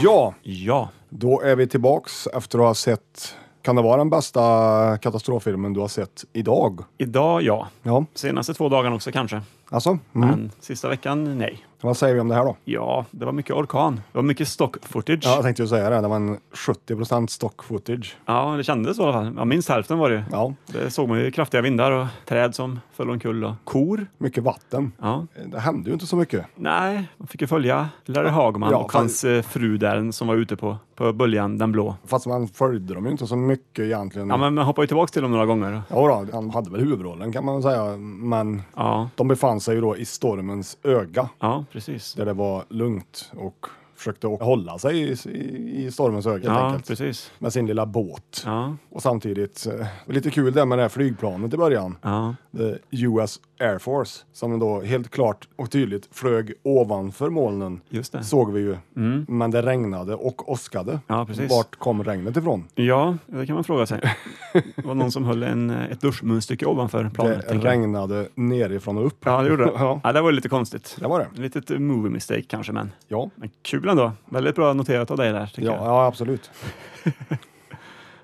C: Ja,
D: Ja,
C: då är vi tillbaks efter att ha sett, kan det vara den bästa katastroffilmen du har sett idag?
D: idag ja.
C: Ja,
D: Senaste två dagarna också kanske.
C: alltså. Mm.
D: Men sista veckan, nej.
C: Vad säger vi om det här då?
D: Ja, det var mycket orkan. Det var mycket stock footage.
C: Ja,
D: Ja,
C: jag tänkte ju säga det, det var en 70 stock footage.
D: det kändes så i alla fall. Ja, minst hälften var det ju.
C: Ja,
D: Det såg man ju kraftiga vindar och träd som föll omkull och kor.
C: mycket vatten.
D: Ja.
C: Det hände ju inte så mycket.
D: Nej, man fick ju följa Larry Hagman
C: Ja,
D: och
C: fan.
D: hans eh, fru där som var ute på, på böljan, den blå.
C: Fast man följde dem ju inte så mycket egentligen.
D: Ja, men man hoppade ju tillbaka till dem några gånger.
C: Ja, då, han hade väl huvudrollen kan man väl säga, men
D: Ja,
C: de befann sig ju då i stormens öga
D: ja precis.
C: där det var lugnt och försökte å- hålla sig i, i, i stormens öga helt
D: Ja,
C: enkelt.
D: precis.
C: Med sin lilla båt.
D: Ja,
C: Och samtidigt, eh, lite kul det med det här flygplanet i början.
D: ja,
C: The US Air Force, som då helt klart och tydligt flög ovanför molnen.
D: just det. Mm.
C: Såg vi ju. Men det regnade och åskade.
D: Ja, precis.
C: Vart kom regnet ifrån?
D: Ja, det kan man fråga sig. Det var någon som höll en, eh, ett duschmunstycke ovanför planet.
C: det
D: tänker jag.
C: regnade nerifrån och upp.
D: Ja, det gjorde det.
C: Ja.
D: Ja. det var lite konstigt.
C: Det var det.
D: Ett litet movie mistake kanske, men,
C: Ja,
D: men kul ändå. Väldigt bra noterat av dig där, tycker
C: ja,
D: jag.
C: ja absolut.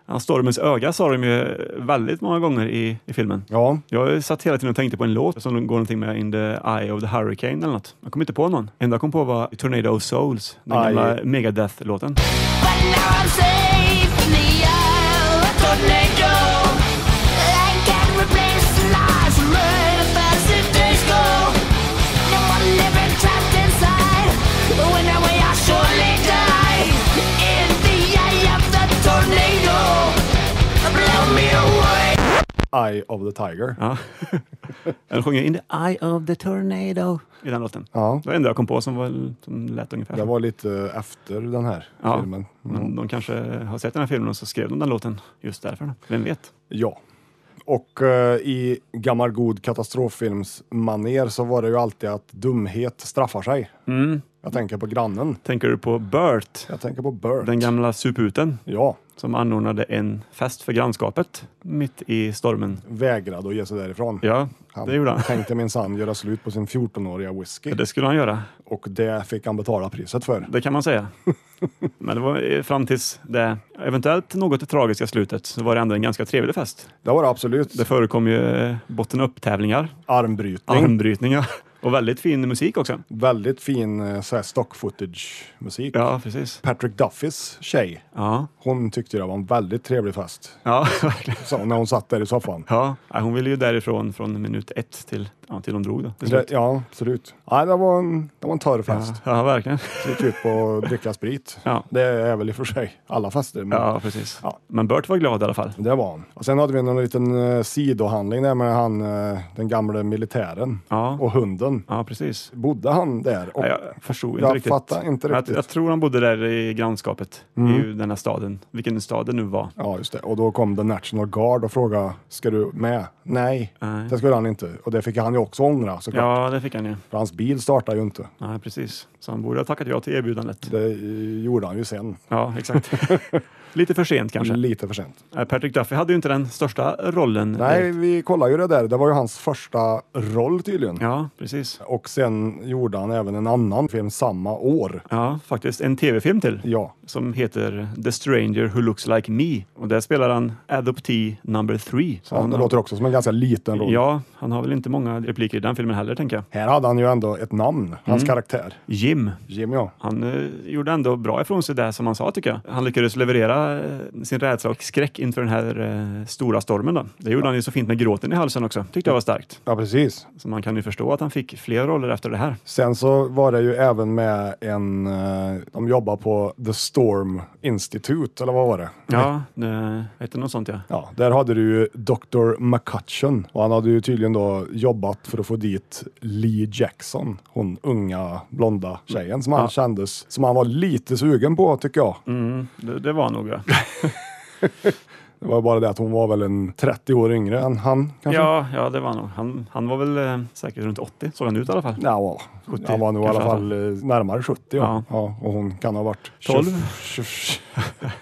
D: Ja, stormens öga sa de ju väldigt många gånger i, i filmen.
C: Ja,
D: Jag satt hela tiden och tänkte på en låt som går någonting med In the Eye of the Hurricane eller något. Jag kom inte på någon. enda jag kom på var Tornado of Souls, den
C: Aj.
D: gamla Megadeth-låten.
H: But now I'm safe in the eye of a tornado. I can replace lies from earth as the days go. No one living trapped inside. When I way, I surely die. In the eye of the tornado. Blow me away.
C: Eye of the Tiger.
D: Ja. Den sjunger In the Eye of the Tornado i den låten.
C: Ja.
D: Det var det enda jag kom på som, var, som lät ungefär
C: Det
D: så.
C: var lite eh, efter den här
D: Ja.
C: filmen. Mm.
D: Men de kanske har sett den här filmen och så skrev de den låten just därför. då. Vem vet?
C: Ja. Och eh, i gammal god katastroffilmsmaner så var det ju alltid att dumhet straffar sig. Jag tänker på grannen.
D: Tänker du på Bert,
C: Jag tänker på Bert.
D: den gamla suputen
C: Ja,
D: som anordnade en fest för grannskapet mitt i stormen?
C: vägrade att ge sig därifrån.
D: Ja,
C: Han
D: det gjorde han.
C: tänkte minsann göra slut på sin 14-åriga whisky.
D: Det skulle han göra.
C: Och det fick han betala priset för.
D: Det kan man säga. Men det var eh, fram tills det eventuellt något tragiska slutet så var det ändå en ganska trevlig fest.
C: Det var det absolut.
D: Det förekom ju botten upp-tävlingar,
C: Armbrytning.
D: armbrytningar och väldigt fin musik också.
C: Väldigt fin eh, så här stock footage musik.
D: Ja, precis.
C: Patrick Duffys tjej,
D: Ja,
C: hon tyckte det var en väldigt trevlig fest.
D: ja verkligen.
C: Så, när hon satt där i soffan.
D: Ja, nej, hon ville ju därifrån från minut ett till, ja, till de drog då. till
C: Det,
D: slut.
C: ja, absolut. Nej, det var en, det var en torr fest.
D: Ja, ja, verkligen.
C: Gick ut på att dricka sprit.
D: Ja.
C: Det är väl i och för sig alla fester. Men
D: Ja, precis.
C: Ja.
D: Men Bert var glad i alla fall.
C: Det var han. Och sen hade vi någon liten eh, sidohandling där med han, eh, den gamla militären
D: Ja.
C: och hunden.
D: Ja, precis.
C: Bodde han där? Och,
D: Nej, jag förstod inte
C: jag
D: riktigt.
C: fattar inte
D: Men
C: riktigt. Mm.
D: Jag, jag tror han bodde där i grannskapet, i ju den här staden, vilken stad det nu var.
C: Ja, just det. Och då kom The National Guard och frågade, ska du med? Nej,
D: Nej.
C: det skulle han inte. Och det fick han ju också ångra såklart.
D: Ja, det fick han ju.
C: För hans bil startade ju inte.
D: Ja, precis. Så han borde ha tackat ja till erbjudandet.
C: Det eh, gjorde han ju sen,
D: Ja, exakt. Lite för sent kanske.
C: lite för sent.
D: Eh, Patrick Duffy hade ju inte den största rollen. eh,
C: Nej,
D: direkt.
C: vi kollade ju det där. Det var ju hans första roll tydligen.
D: Ja, precis.
C: Och sen gjorde han även en annan film samma år.
D: Ja, faktiskt. En tv-film till.
C: Ja,
D: som heter The Stranger Who Looks Like Me. Och där spelar han Adoptee Number Three. Så
C: ja det låter också som en ganska liten roll.
D: Ja, han har väl inte många repliker i den filmen heller, tänker jag.
C: Här hade han ju ändå ett namn, hans
D: Mm.
C: karaktär.
D: Jim.
C: Jim, ja.
D: Han eh, gjorde ändå bra ifrån sig där som han sa, tycker jag. Han lyckades leverera eh, sin rädsla och skräck inför den här eh, stora stormen. Då. Det gjorde han ju så fint med gråten i halsen också. Tyckte jag var starkt.
C: Ja, precis.
D: Så man kan ju förstå att han fick fler roller efter det här.
C: Sen så var det ju även med en, eh, de jobbar på The Storm Institute, eller vad var det?
D: Ja, det hette något sånt ja.
C: Ja, där hade du ju Dr. McCutcheon och han hade ju tydligen då jobbat för att få dit Lee Jackson, hon unga blonda tjejen som han kändes, som han var lite sugen på tycker jag.
D: Mm, det, det var nog ja.
C: Det var bara det att hon var väl en 30 år yngre än han kanske?
D: ja. Ja, det var nog. Han, han var väl eh, säkert runt 80, såg han ut i alla fall.
C: Ja,
D: 70
C: han var nog i alla
D: kanske
C: fall eh, närmare 70 ja.
D: Ja.
C: ja. Och hon kan ha varit
D: 12.
C: 20, 20,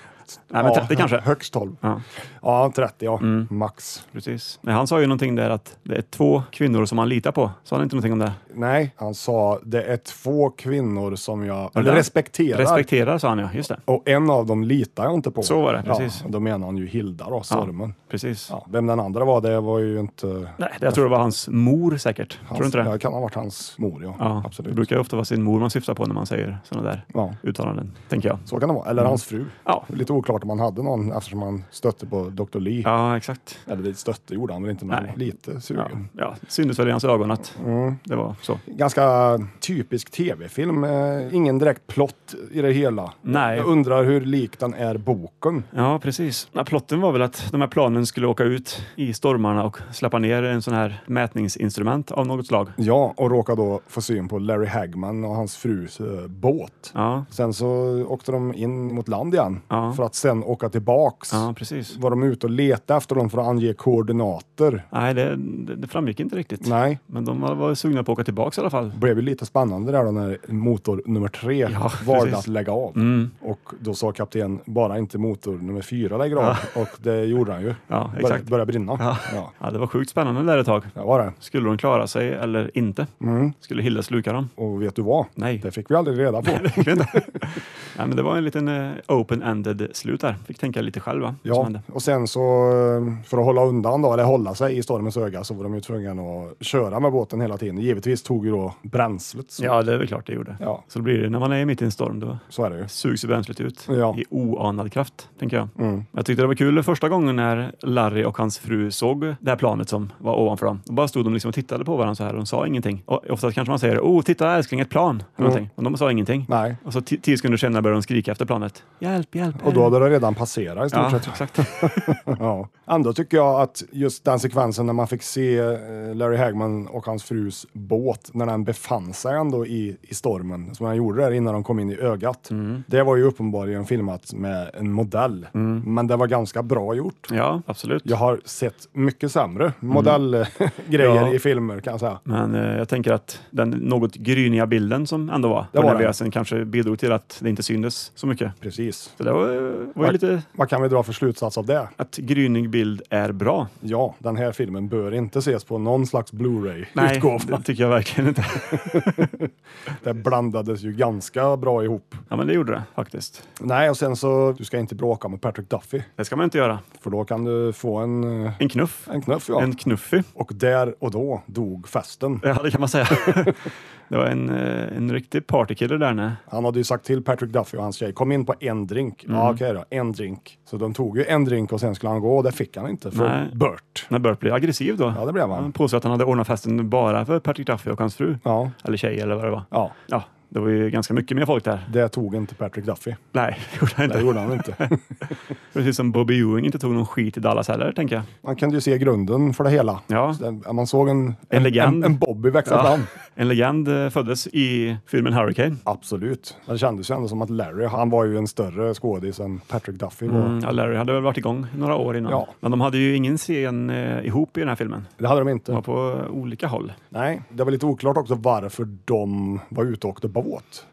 D: Nej, men 30 kanske.
C: Högst 12.
D: Ja. Mm.
C: Ja, 30 ja, max.
D: Precis. Nej, han sa ju någonting där att det är två kvinnor som han litar på. Sa han inte någonting om det?
C: Nej, han sa det är två kvinnor som jag
D: Eller?
C: respekterar.
D: Respekterar sa han ja, just det.
C: och en av dem litar jag inte på.
D: Så var det, precis.
C: Ja, då menar han ju Hilda då, stormen. Ja.
D: Precis.
C: Vem den andra var, det var ju inte...
D: Nej, jag tror det var hans mor säkert. Tror du inte det?
C: Ja, kan ha varit hans mor, ja.
D: Ja, Det
C: Absolut.
D: brukar ju ofta vara sin mor man syftar på när man säger sådana där
C: Ja.
D: uttalanden, tänker jag.
C: Så kan det vara. Eller hans fru.
D: Mm. Ja.
C: Lite oklart om han hade någon eftersom han stötte på Dr. Lee.
D: Ja, exakt.
C: Eller det stötte gjorde han väl inte, men
D: Nej.
C: lite
D: Ja,
C: sugen.
D: ja, syntes väl i hans ögon att
C: Mm.
D: det var så.
C: Ganska typisk tv-film. eh, Ingen direkt plott i det hela.
D: Nej.
C: Jag undrar hur lik den är boken.
D: Ja, precis. Ja, plotten var väl att de här planen skulle åka ut i stormarna och släppa ner en sån här mätningsinstrument av något slag.
C: Ja, och råkade då få syn på Larry Hagman och hans frus eh, båt.
D: Ja,
C: Sen så åkte de in mot land igen
D: Ja.
C: för att sen åka tillbaks.
D: ja precis.
C: Var de ute och letade efter dem för att ange koordinater?
D: Nej, det, det det framgick inte riktigt.
C: Nej.
D: Men de var- var sugna på att åka tillbaka i alla fall.
C: blev ju lite spännande där då när motor nummer tre
D: Ja,
C: valde
D: precis. Mm.
C: att lägga av. Och då sa kapten, bara inte motor nummer fyra lägger av. Och det gjorde han ju.
D: Ja,
C: Bör-
D: exakt.
C: Började brinna. Ja.
D: Ja, det var sjukt spännande där ett tag.
C: det var det.
D: Skulle de klara sig eller inte?
C: Mm.
D: Skulle Hilda sluka dem?
C: Och vet du vad?
D: Nej.
C: Det fick vi aldrig reda på.
D: Jag vet inte. Nej, men det var en liten eh, open-ended slut där. Fick tänka lite själv va? Vad som
C: Ja,
D: hände.
C: och sen så eh, för att hålla undan då, eller hålla sig i stormens öga så var de ju tvungna att köra med båten hela tiden. Givetvis tog ju då bränslet. Så,
D: ja det är väl klart det gjorde.
C: Ja.
D: Så det blir det när man är mitt i en storm. Då
C: så är det ju.
D: sugs ju bränslet ut
C: Ja.
D: i oanad kraft, tänker jag. Jag tyckte det var kul första gången när Larry och hans fru såg det här planet som var ovanför dem. Då bara stod de liksom och tittade på varandra så här och de sa ingenting. Och oftast kanske man säger oh, titta älskling, ett plan. eller någonting. Och de sa ingenting.
C: Nej.
D: Och så ti- tio sekunder senare började de skrika efter planet. Hjälp, hjälp.
C: Och då hade det redan passerat i stort
D: Ja,
C: sett.
D: exakt.
C: Ja. Ändå tycker jag att just den sekvensen när man fick se eh, Larry Hagman och hans frus båt, när den befann sig ändå i, i stormen, som han gjorde där innan de kom in i ögat.
D: Mm.
C: Det var ju uppenbarligen filmat med en modell, men det var ganska bra gjort.
D: Ja, absolut.
C: Jag har sett mycket sämre modellgrejer
D: Ja.
C: i filmer kan jag säga.
D: Men eh, jag tänker att den något gryniga bilden som ändå var
C: Det
D: på
C: var
D: den här
C: den.
D: VHSen kanske bidrog till att det inte syndes så mycket.
C: Precis.
D: Så det var, var ju
C: Tack.
D: lite
C: Vad kan vi dra för slutsats av det?
D: att grynig bild är bra.
C: Ja, den här filmen bör inte ses på någon slags
D: Nej,
C: Blu-ray-utgåva.
D: det tycker jag verkligen inte.
C: Det blandades ju ganska bra ihop.
D: Ja, men det gjorde det faktiskt.
C: Nej, och sen så, du ska inte bråka med Patrick Duffy,
D: Det ska man inte göra.
C: för då kan du få en, eh,
D: En knuff.
C: en knuff. Ja.
D: En knuffig.
C: Och där och då dog festen.
D: Ja, det kan man säga. det var en, eh, en riktig partykiller där nere.
C: Han hade ju sagt till Patrick Duffy och hans tjej, kom in på en drink.
D: Mm.
C: Ja, okej då, en drink. Så de tog ju en drink och sen skulle han gå och det fick han inte för
D: Nej.
C: Bert.
D: När Burt blev aggressiv då.
C: Ja, det blev han.
D: påstod att han hade ordnat festen bara för Patrick Duffy och hans fru.
C: Ja.
D: Eller tjej eller vad det var.
C: Ja,
D: Ja, det var ju ganska mycket mer folk där.
C: det tog inte Patrick Duffy.
D: Nej, det gjorde han inte.
C: Det gjorde han inte.
D: Precis som Bobby Ewing inte tog någon skit i Dallas heller, tänker jag.
C: Man kunde ju se grunden för det hela.
D: Ja.
C: Så där- Man såg en, en,
D: legend.
C: en, en Bobby växa fram.
D: En legend eh, föddes i filmen Hurricane.
C: Absolut. Det kändes ju ändå som att Larry, han var ju en större skådis än Patrick Duffy. var.
D: Mm, ja, Larry hade väl varit igång några år innan.
C: Ja.
D: Men de hade ju ingen scen eh, ihop i den här filmen.
C: Det hade de inte.
D: De var på eh, olika håll.
C: Nej, det var lite oklart också varför de var ute och åkte båt.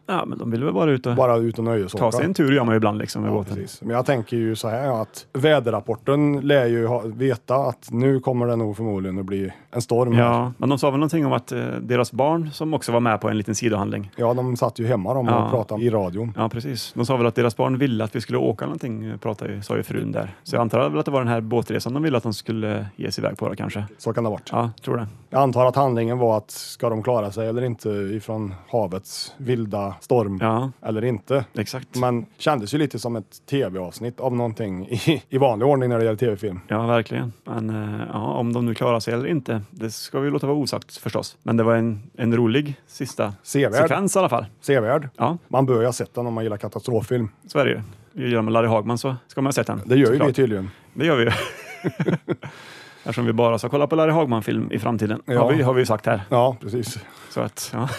D: Ja, men de ville väl vara ute och
C: Bara ut och nöjesåka.
D: ta sig en tur gör man ju ibland liksom med
C: Ja,
D: båten.
C: precis. Men jag tänker ju så här att väderrapporten lär ju ha, veta att nu kommer det nog förmodligen att bli en storm. här.
D: Ja, men de sa väl någonting om att eh, deras barn som också var med på en liten sidohandling.
C: ja, de satt ju hemma de
D: Ja.
C: och pratade i radion.
D: Ja, precis. De sa väl att deras barn ville att vi skulle åka någonting, eh, pratade ju, sa ju frun där. Så jag antar väl att det var den här båtresan de ville att de skulle eh, ge sig iväg på då kanske.
C: Så kan det ha varit.
D: Ja, tror det.
C: Jag antar att handlingen var att ska de klara sig eller inte ifrån havets vilda storm
D: Ja,
C: eller inte.
D: exakt.
C: Men kändes ju lite som ett tv-avsnitt av någonting i, i vanlig ordning när det gäller tv-film.
D: Ja, verkligen. Men eh, ja, om de nu klarar sig eller inte, det ska vi låta vara osagt förstås. Men det var en, en rolig sista
C: Sevärd.
D: sekvens i alla fall.
C: Sevärd.
D: Ja,
C: Man bör ju ha sett den om man gillar katastroffilm.
D: så är det ju. Gillar man Larry Hagman så ska man ha sett den.
C: Det gör ju
D: såklart.
C: vi tydligen.
D: Det gör vi ju. Eftersom vi bara ska kolla på Larry Hagman-film i framtiden,
C: Ja.
D: har, vi, har vi ju sagt här.
C: Ja, precis.
D: Så att, ja,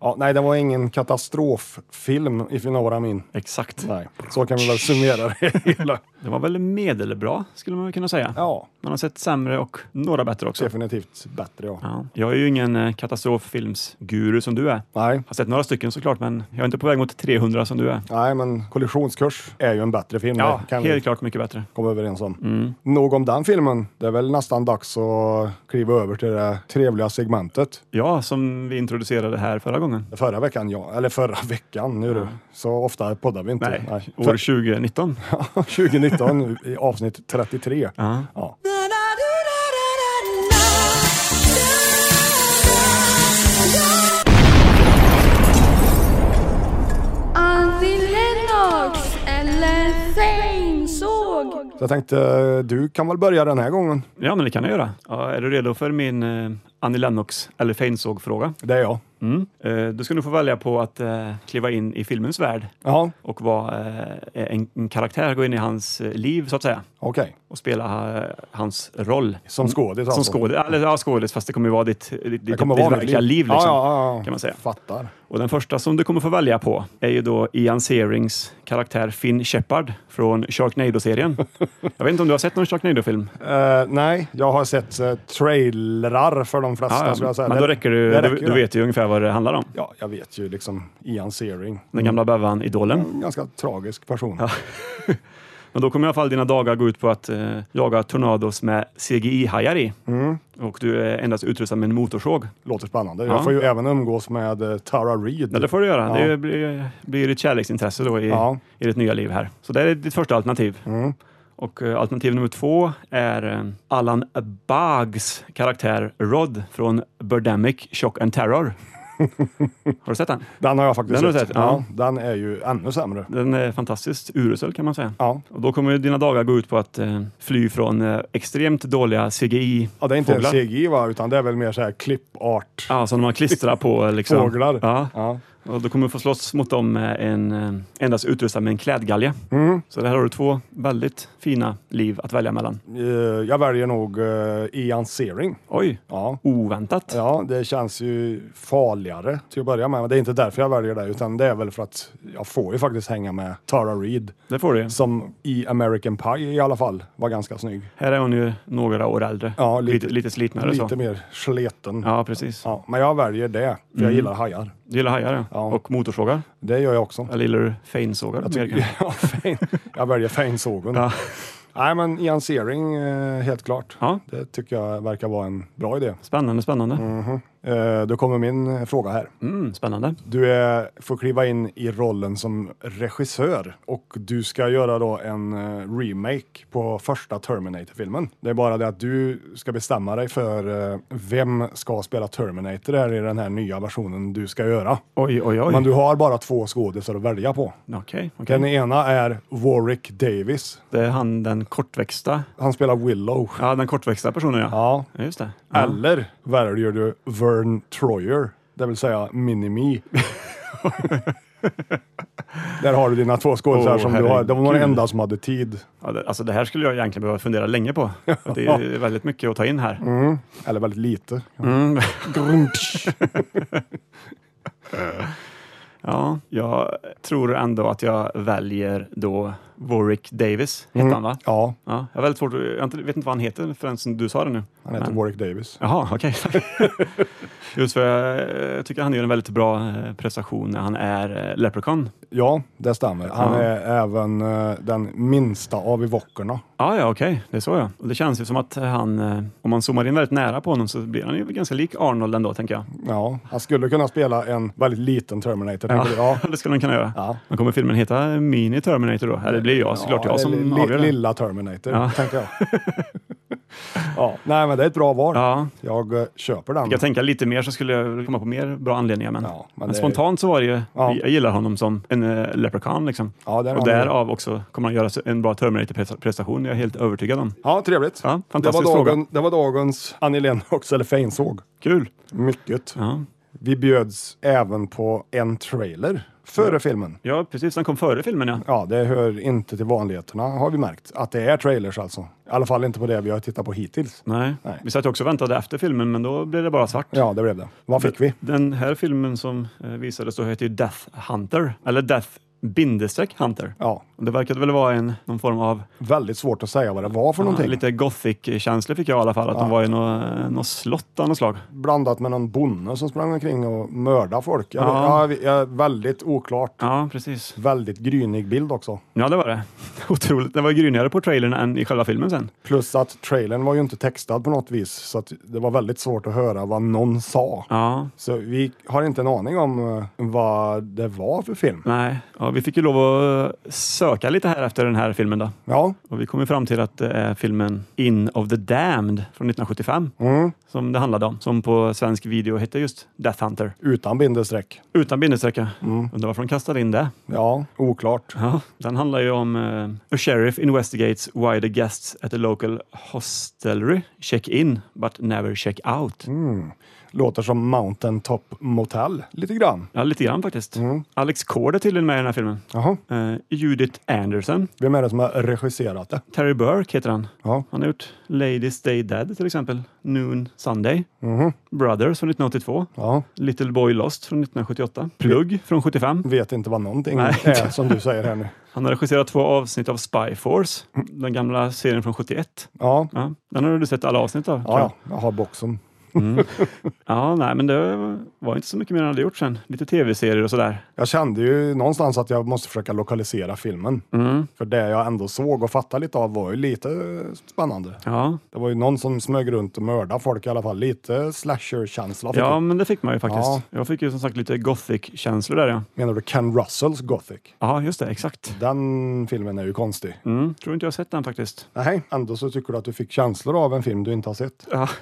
C: Ja, nej, det var ingen katastroffilm, if you know what I mean.
D: exakt.
C: Nej, så kan vi väl summera det hela.
D: Det var väl medelbra, skulle man väl kunna säga.
C: Ja,
D: Man har sett sämre och några bättre också.
C: definitivt bättre ja.
D: Ja. Jag är ju ingen eh, katastroffilmsguru som du är.
C: Nej,
D: Jag har sett några stycken såklart, men jag är inte på väg mot 300 som du är.
C: nej, men kollisionskurs är ju en bättre film.
D: Ja,
C: det kan
D: helt
C: vi
D: klart mycket bättre.
C: komma överens om.
D: Mm.
C: Nog om den filmen. Det är väl nästan dags att kliva över till det trevliga segmentet.
D: Ja, som vi introducerade här förra gången.
C: Förra veckan, ja. Eller förra veckan, nu du. Så ofta poddar vi inte.
D: Nej, år
C: Typ. För,
D: 2019.
C: 2019, i avsnitt 33.
D: Ja.
C: Ja.
I: Annie Lennox eller Zayn
C: Så jag tänkte, du kan väl börja den här gången.
D: Ja, men det kan jag göra. Ja, är du redo för min eh, Annie Lennox eller Feinsåg-fråga?
C: Det är jag.
D: Mm. Eh, då ska du få välja på att eh, kliva in i filmens värld
C: Jaha,
D: och vara eh, en, en karaktär, gå in i hans eh, liv så att säga
C: okej.
D: och spela eh, hans roll.
C: Som skådis
D: Mm. Som
C: alltså.
D: skådis, eller ja, skådis, fast det kommer ju vara ditt, ditt, ditt,
C: Det
D: ditt
C: kommer vara mitt
D: verkliga liv. liksom.
C: Ja, ja, ja.
D: kan man säga.
C: Fattar.
D: Och den första som du kommer få välja på är ju då Ian Searings karaktär Finn Shepard från Sharknado-serien. Jag vet inte om du har sett någon Sharknado-film?
C: Eh, nej, jag har sett uh, trailrar för de flesta
D: Ja,
C: skulle
D: ja,
C: jag säga.
D: men då räcker du,
C: det
D: du,
C: räcker
D: du
C: ju.
D: vet ju ungefär vad det handlar om.
C: Ja, jag vet ju liksom Ian Searing.
D: Den gamla
C: Mm.
D: bävan-idolen.
C: En ganska tragisk person.
D: Men då kommer i alla fall dina dagar gå ut på att eh, jaga tornados med CGI-hajar i.
C: Mm.
D: Och du är endast utrustad med en motorsåg.
C: Låter spännande.
D: Ja.
C: Jag får ju även umgås med eh, Tara Reid.
D: Ja, det får du göra.
C: Ja.
D: Det är ju- blir, blir ditt kärleksintresse då i,
C: Ja.
D: i ditt nya liv här. Så det är ditt första alternativ.
C: Mm.
D: Och eh, alternativ nummer två är eh, Alan Baggs karaktär Rod från Birdemic Shock and Terror. har du sett den?
C: Den har jag faktiskt
D: Den har du
C: sett.
D: sett,
C: Ja.
D: ja.
C: Den är ju ännu sämre.
D: Den är fantastiskt urusel kan man säga.
C: Ja.
D: Och då kommer ju dina dagar gå ut på att eh, fly från eh, extremt dåliga CGI
C: Ja, det är inte en
D: Fåglar.
C: CGI va, utan det är väl mer så här klippart.
D: Ja, som man klistrar på. eh, Liksom.
C: Fåglar.
D: Ja.
C: Ja.
D: Och då kommer du få slåss mot dem med en, eh, endast utrustad med en klädgalge.
C: Mm.
D: Så det här har du två väldigt fina liv att välja mellan.
C: Eh, jag väljer nog eh, Ian Searing.
D: Oj,
C: Ja.
D: oväntat.
C: ja, det känns ju farligare till att börja med. Men det är inte därför jag väljer det, utan det är väl för att jag får ju faktiskt hänga med Tara Reid.
D: Det får du.
C: Som i American Pie i alla fall var ganska snygg.
D: Här är hon ju några år äldre.
C: Ja, lite-
D: lite, lite slitnare
C: Lite
D: så.
C: mer sleten. Ja.
D: Ja, precis.
C: men jag väljer det, för
D: Mm.
C: jag gillar hajar.
D: Du gillar hajar ja.
C: Ja.
D: och motorsågar.
C: Det gör jag också.
D: Eller gillar du feinsågar? mer kanske?
C: Ja, fein. Jag väljer feinsågen.
D: Ja.
C: Nej, men Ian Searing, eh, helt klart.
D: Ja.
C: Det tycker jag verkar vara en bra idé.
D: Spännande, spännande. Mm.
C: Eh, Då kommer min eh, fråga här.
D: spännande.
C: Du är, får kliva in i rollen som regissör och du ska göra då en eh, remake på första Terminator-filmen. Det är bara det att du ska bestämma dig för eh, vem ska spela Terminator här i den här nya versionen du ska göra.
D: Oj, oj, oj.
C: Men du har bara två skådisar att välja på.
D: Okej, okej.
C: Den ena är Warwick Davis.
D: Det är han den kortväxta.
C: Han spelar Willow.
D: Ja, den kortväxta personen ja.
C: Ja.
D: Ja, Just det. Ja.
C: Eller väljer du Vern Troyer, det vill säga Minimi. Där har du dina två skådisar
D: Åh,
C: som du har. De var de
D: herregud.
C: enda som hade tid.
D: Ja, det, alltså det här skulle jag egentligen behöva fundera länge på. För Det är väldigt mycket att ta in här.
C: Mm. Eller väldigt lite.
D: Mm. Ja, jag tror ändå att jag väljer då Warwick Davis, heter
C: Mm.
D: han va?
C: Ja,
D: Ja, jag, har väldigt svårt, att- jag har inte- vet inte vad han heter förrän som du sa det nu.
C: han heter
D: Men-
C: Warwick Davis.
D: Jaha, okej. Just för jag eh, tycker han gör en väldigt bra eh, prestation när han är eh, Leprechaun.
C: Ja, det stämmer. Han
D: Ja.
C: är även eh, den minsta av evockerna.
D: Ja, ja, okej, det är så ja. Och det känns ju som att han, eh, om man zoomar in väldigt nära på honom så blir han ju ganska lik Arnold ändå, tänker jag.
C: Ja, han skulle kunna spela en väldigt liten Terminator.
D: Ja,
C: tänker du? Ja.
D: det skulle han kunna göra.
C: Ja.
D: Men kommer filmen heta Mini Terminator då? Eller det blir jag såklart, jag
C: eller
D: som
C: li-
D: avgör det.
C: Lilla Terminator,
D: Ja.
C: tänker jag. ja, nej, men det är ett bra val.
D: Ja,
C: Jag eh, köper den.
D: Fick jag tänka lite mer så skulle jag komma på mer bra anledningar. Men,
C: Ja, men
D: men,
C: det-
D: spontant så var det ju,
C: Ja.
D: jag gillar honom som en uh, leprechaun liksom.
C: Ja, där har
D: och
C: han-
D: därav också kommer han göra en bra Terminator-prestation, jag är helt övertygad om.
C: Ja, trevligt.
D: Ja,
C: det, var
D: fantastisk
C: dagen,
D: fråga.
C: det var dagens Annie Lennox eller Feinsåg.
D: Kul!
C: Mycket.
D: Ja,
C: Vi bjöds även på en trailer före filmen.
D: ja precis, den kom före filmen ja.
C: Ja, det hör inte till vanligheterna har vi märkt. Att det är trailers alltså. I alla fall inte på det vi har tittat på hittills.
D: Nej.
C: Nej.
D: Vi satt ju också och väntade efter filmen, men då blev det bara svart.
C: Ja, det blev det. Vad fick vi?
D: Den här filmen som eh, visades då heter ju Death Hunter, eller Death bindestreck Hunter.
C: Ja,
D: Och det verkade väl vara en, någon form av
C: väldigt svårt att säga vad det var för
D: ja,
C: någonting.
D: lite gothic-känsla fick jag i alla fall, att de var i nå- något slott av något slag.
C: Blandat med någon bonde som sprang omkring och mördade folk. Jag,
D: Ja.
C: ja. vi- ja, väldigt oklart.
D: Ja, precis.
C: Väldigt grynig bild också.
D: Ja, det var det. Otroligt. Den var ju grynigare på trailern än i själva filmen sen.
C: Plus att trailern var ju inte textad på något vis, så att det var väldigt svårt att höra vad någon sa.
D: Ja,
C: Så vi har inte en aning om eh, vad det var för film.
D: nej. Ja, vi fick ju lov att söka lite här efter den här filmen då.
C: Ja,
D: Och vi kom ju fram till att det är filmen In of the Damned från 1975 som det handlade om. Som på svensk video hette just Death Hunter.
C: utan bindestreck.
D: Utan bindestreck. ja. Undrar varför de kastade in det.
C: Ja, oklart.
D: Ja, den handlar ju om eh, A sheriff investigates why the guests at the local hostelry check in but never check out.
C: Låter som Mountain Top Motel lite grann.
D: Ja, lite grann faktiskt.
C: Mm.
D: Alex Cord är tydligen med i den här filmen.
C: Jaha.
D: Eh, Judith Anderson.
C: Vem är det som har regisserat det?
D: Terry Burke heter han.
C: Ja.
D: Han har gjort Ladies Day Dead till exempel. Noon Sunday. Brothers från 1982.
C: Mm-hmm. Ja,
D: Little Boy Lost från 1978. Plugg från 75.
C: vet inte vad någonting
D: Nej.
C: är som du säger här nu.
D: Han har regisserat två avsnitt av Spy Force. Den gamla serien från 71.
C: Ja,
D: Ja, den har du sett alla avsnitt av? tror jag.
C: ja, jag har boxen.
D: Ja, nej, men det var inte så mycket mer han hade gjort sen. Lite tv-serier och sådär.
C: Jag kände ju någonstans att jag måste försöka lokalisera filmen.
D: Mm.
C: För det jag ändå såg och fattade lite av var ju lite eh, spännande.
D: Ja.
C: Det var ju någon som smög runt och mördade folk i alla fall. Lite slasher-känsla. fick
D: ja,
C: jag.
D: men det fick man ju faktiskt.
C: Ja.
D: Jag fick ju som sagt lite gothic-känslor där ja.
C: Menar du Ken Russells Gothic?
D: Ja, just det, exakt.
C: Den filmen är ju konstig.
D: Mm. Tror inte jag har sett den faktiskt.
C: Nej, ändå så tycker du att du fick känslor av en film du inte har sett.
D: Ja.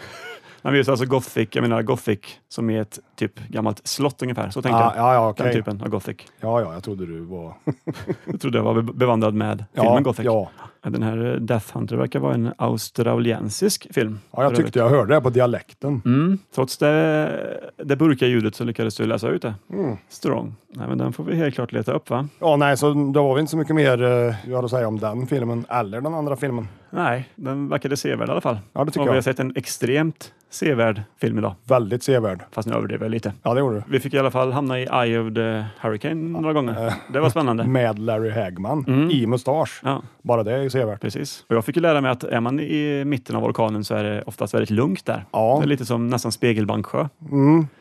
D: Men just alltså gothic, jag menar gothic som är ett typ gammalt slott ungefär. Så tänkte
C: Ah,
D: jag.
C: ja, ja, okej.
D: Den typen av gothic.
C: Ja, ja, jag trodde du var...
D: Jag trodde jag var be- bevandrad med
C: Ja,
D: filmen gothic.
C: ja.
D: Den här eh, Death Hunter verkar vara en australiensisk film.
C: Ja, jag
D: för övrigt.
C: tyckte jag hörde det på dialekten.
D: Mm. Trots det, det burkiga ljudet så lyckades du läsa ut det.
C: Mm.
D: Strong. Nej, men den får vi helt klart leta upp va?
C: Ja, nej, så det var väl inte så mycket mer eh, jag hade att säga om den filmen eller den andra filmen.
D: Nej, den verkade sevärd i alla fall.
C: Ja, det tycker
D: och
C: jag.
D: vi har sett en extremt sevärd film idag.
C: Väldigt sevärd.
D: Fast nu överdriver jag lite.
C: Ja, det gjorde
D: Vi fick i alla fall hamna i Eye of the Hurricane några gånger. Det var
C: du.
D: spännande.
C: Med Larry Hagman i mustasch.
D: Mm. Ja,
C: Bara det är ju sevärt.
D: precis. Och jag fick ju lära mig att är man i mitten av orkanen så är det oftast väldigt lugnt där.
C: Ja.
D: Det är lite som nästan Spegelbanksjö.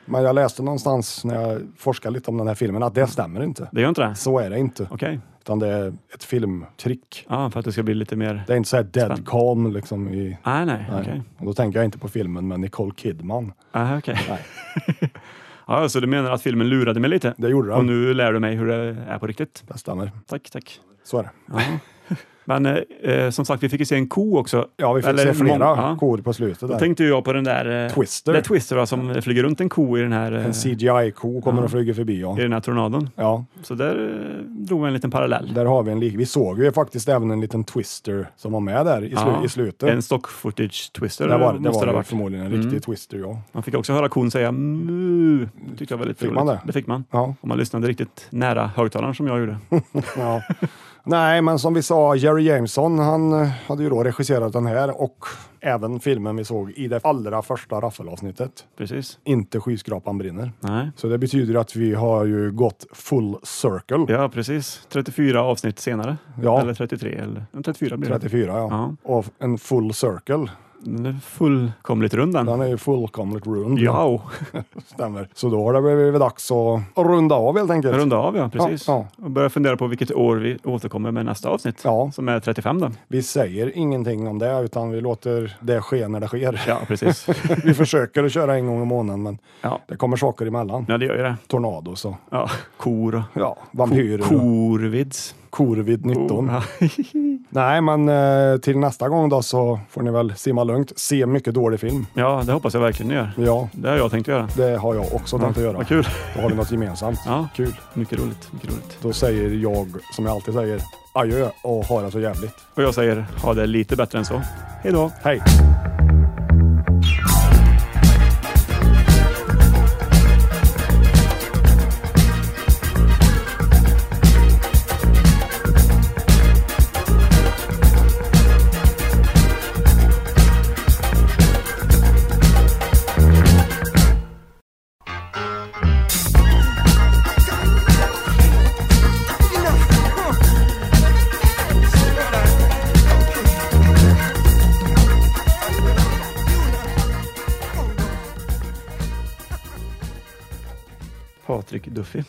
C: Men jag läste någonstans när jag forskade lite om den här filmen att det stämmer inte.
D: Det gör inte det?
C: Så är det inte.
D: Okej.
C: Utan det är ett filmtrick.
D: Ja, för att det ska bli lite mer...
C: Det är inte så här dead
D: Spännande.
C: calm liksom i...
D: Nej, nej. Okej.
C: Och då tänker jag inte på filmen med Nicole Kidman.
D: Ah, okej. ja, så du menar att filmen lurade mig lite?
C: Det gjorde
D: Och
C: den.
D: nu lär du mig hur det är på riktigt.
C: Det stämmer.
D: Tack, tack.
C: Så är det.
D: Men eh, eh, som sagt, vi fick ju se en ko också.
C: Ja, vi fick
D: Eller
C: se flera
D: många- ja.
C: kor på slutet
D: Då
C: där.
D: tänkte ju jag på den där eh,
C: Twister.
D: Det är Twister va, som flyger runt en ko i den här, eh,
C: En CGI-ko kommer att flyga förbi.
D: i
C: Ja.
D: den här tornadon.
C: ja,
D: Så där eh, drog jag en liten parallell.
C: där har vi en lik. Vi såg ju faktiskt även en liten twister som var med där i, slu
D: Ja,
C: i slutet.
D: En stock footage twister
C: Där var, det- det
D: måste
C: var
D: det ha
C: ju
D: varit. Mm.
C: förmodligen en riktig twister, ja.
D: Man fick också höra kon säga mu. Det tyckte jag var lite
C: Fick
D: roligt.
C: man det?
D: det fick man.
C: ja.
D: Om man lyssnade riktigt nära högtalaren som jag gjorde.
C: ja. Nej, men som vi sa, Jerry Jameson, han eh, hade ju då regisserat den här och även filmen vi såg i det allra första raffelavsnittet.
D: Precis.
C: Inte skyskrapan brinner.
D: Nej.
C: Så det betyder att vi har ju gått full circle.
D: Ja, precis. 34 avsnitt senare.
C: Ja.
D: Eller 33. Eller, ja, 34 blir det.
C: 34 ja.
D: Ja.
C: Och en full circle.
D: Den är fullkomligt rund den.
C: Den är ju fullkomligt rund.
D: Ja,
C: Stämmer. Så då har det blivit dags att att runda av helt enkelt.
D: runda av ja, precis.
C: Ja,
D: Och börja fundera på vilket år vi återkommer med nästa avsnitt.
C: Ja.
D: Som är 35 då.
C: Vi säger ingenting om det utan vi låter det ske när det sker.
D: Ja, precis.
C: vi försöker att köra en gång i månaden men
D: Ja.
C: det kommer saker emellan.
D: ja, det gör ju det.
C: Tornado så.
D: Ja. Kor och
C: Ja, vampyrer och
D: korvids.
C: covid-19.
D: Ja.
C: Nej, men eh, till nästa gång då så får ni väl simma lugnt. Se mycket dålig film.
D: ja, det hoppas jag verkligen ni gör.
C: Ja,
D: Det har jag tänkt göra.
C: det har jag också tänkt att göra.
D: Vad kul.
C: Då har vi något gemensamt.
D: Ja.
C: Kul.
D: Mycket roligt, mycket roligt.
C: Då säger jag, som jag alltid säger, adjö och ha det så jävligt.
D: Och jag säger, ha det lite bättre än så. Hej då!
C: Hej!
D: Patrik Duffy.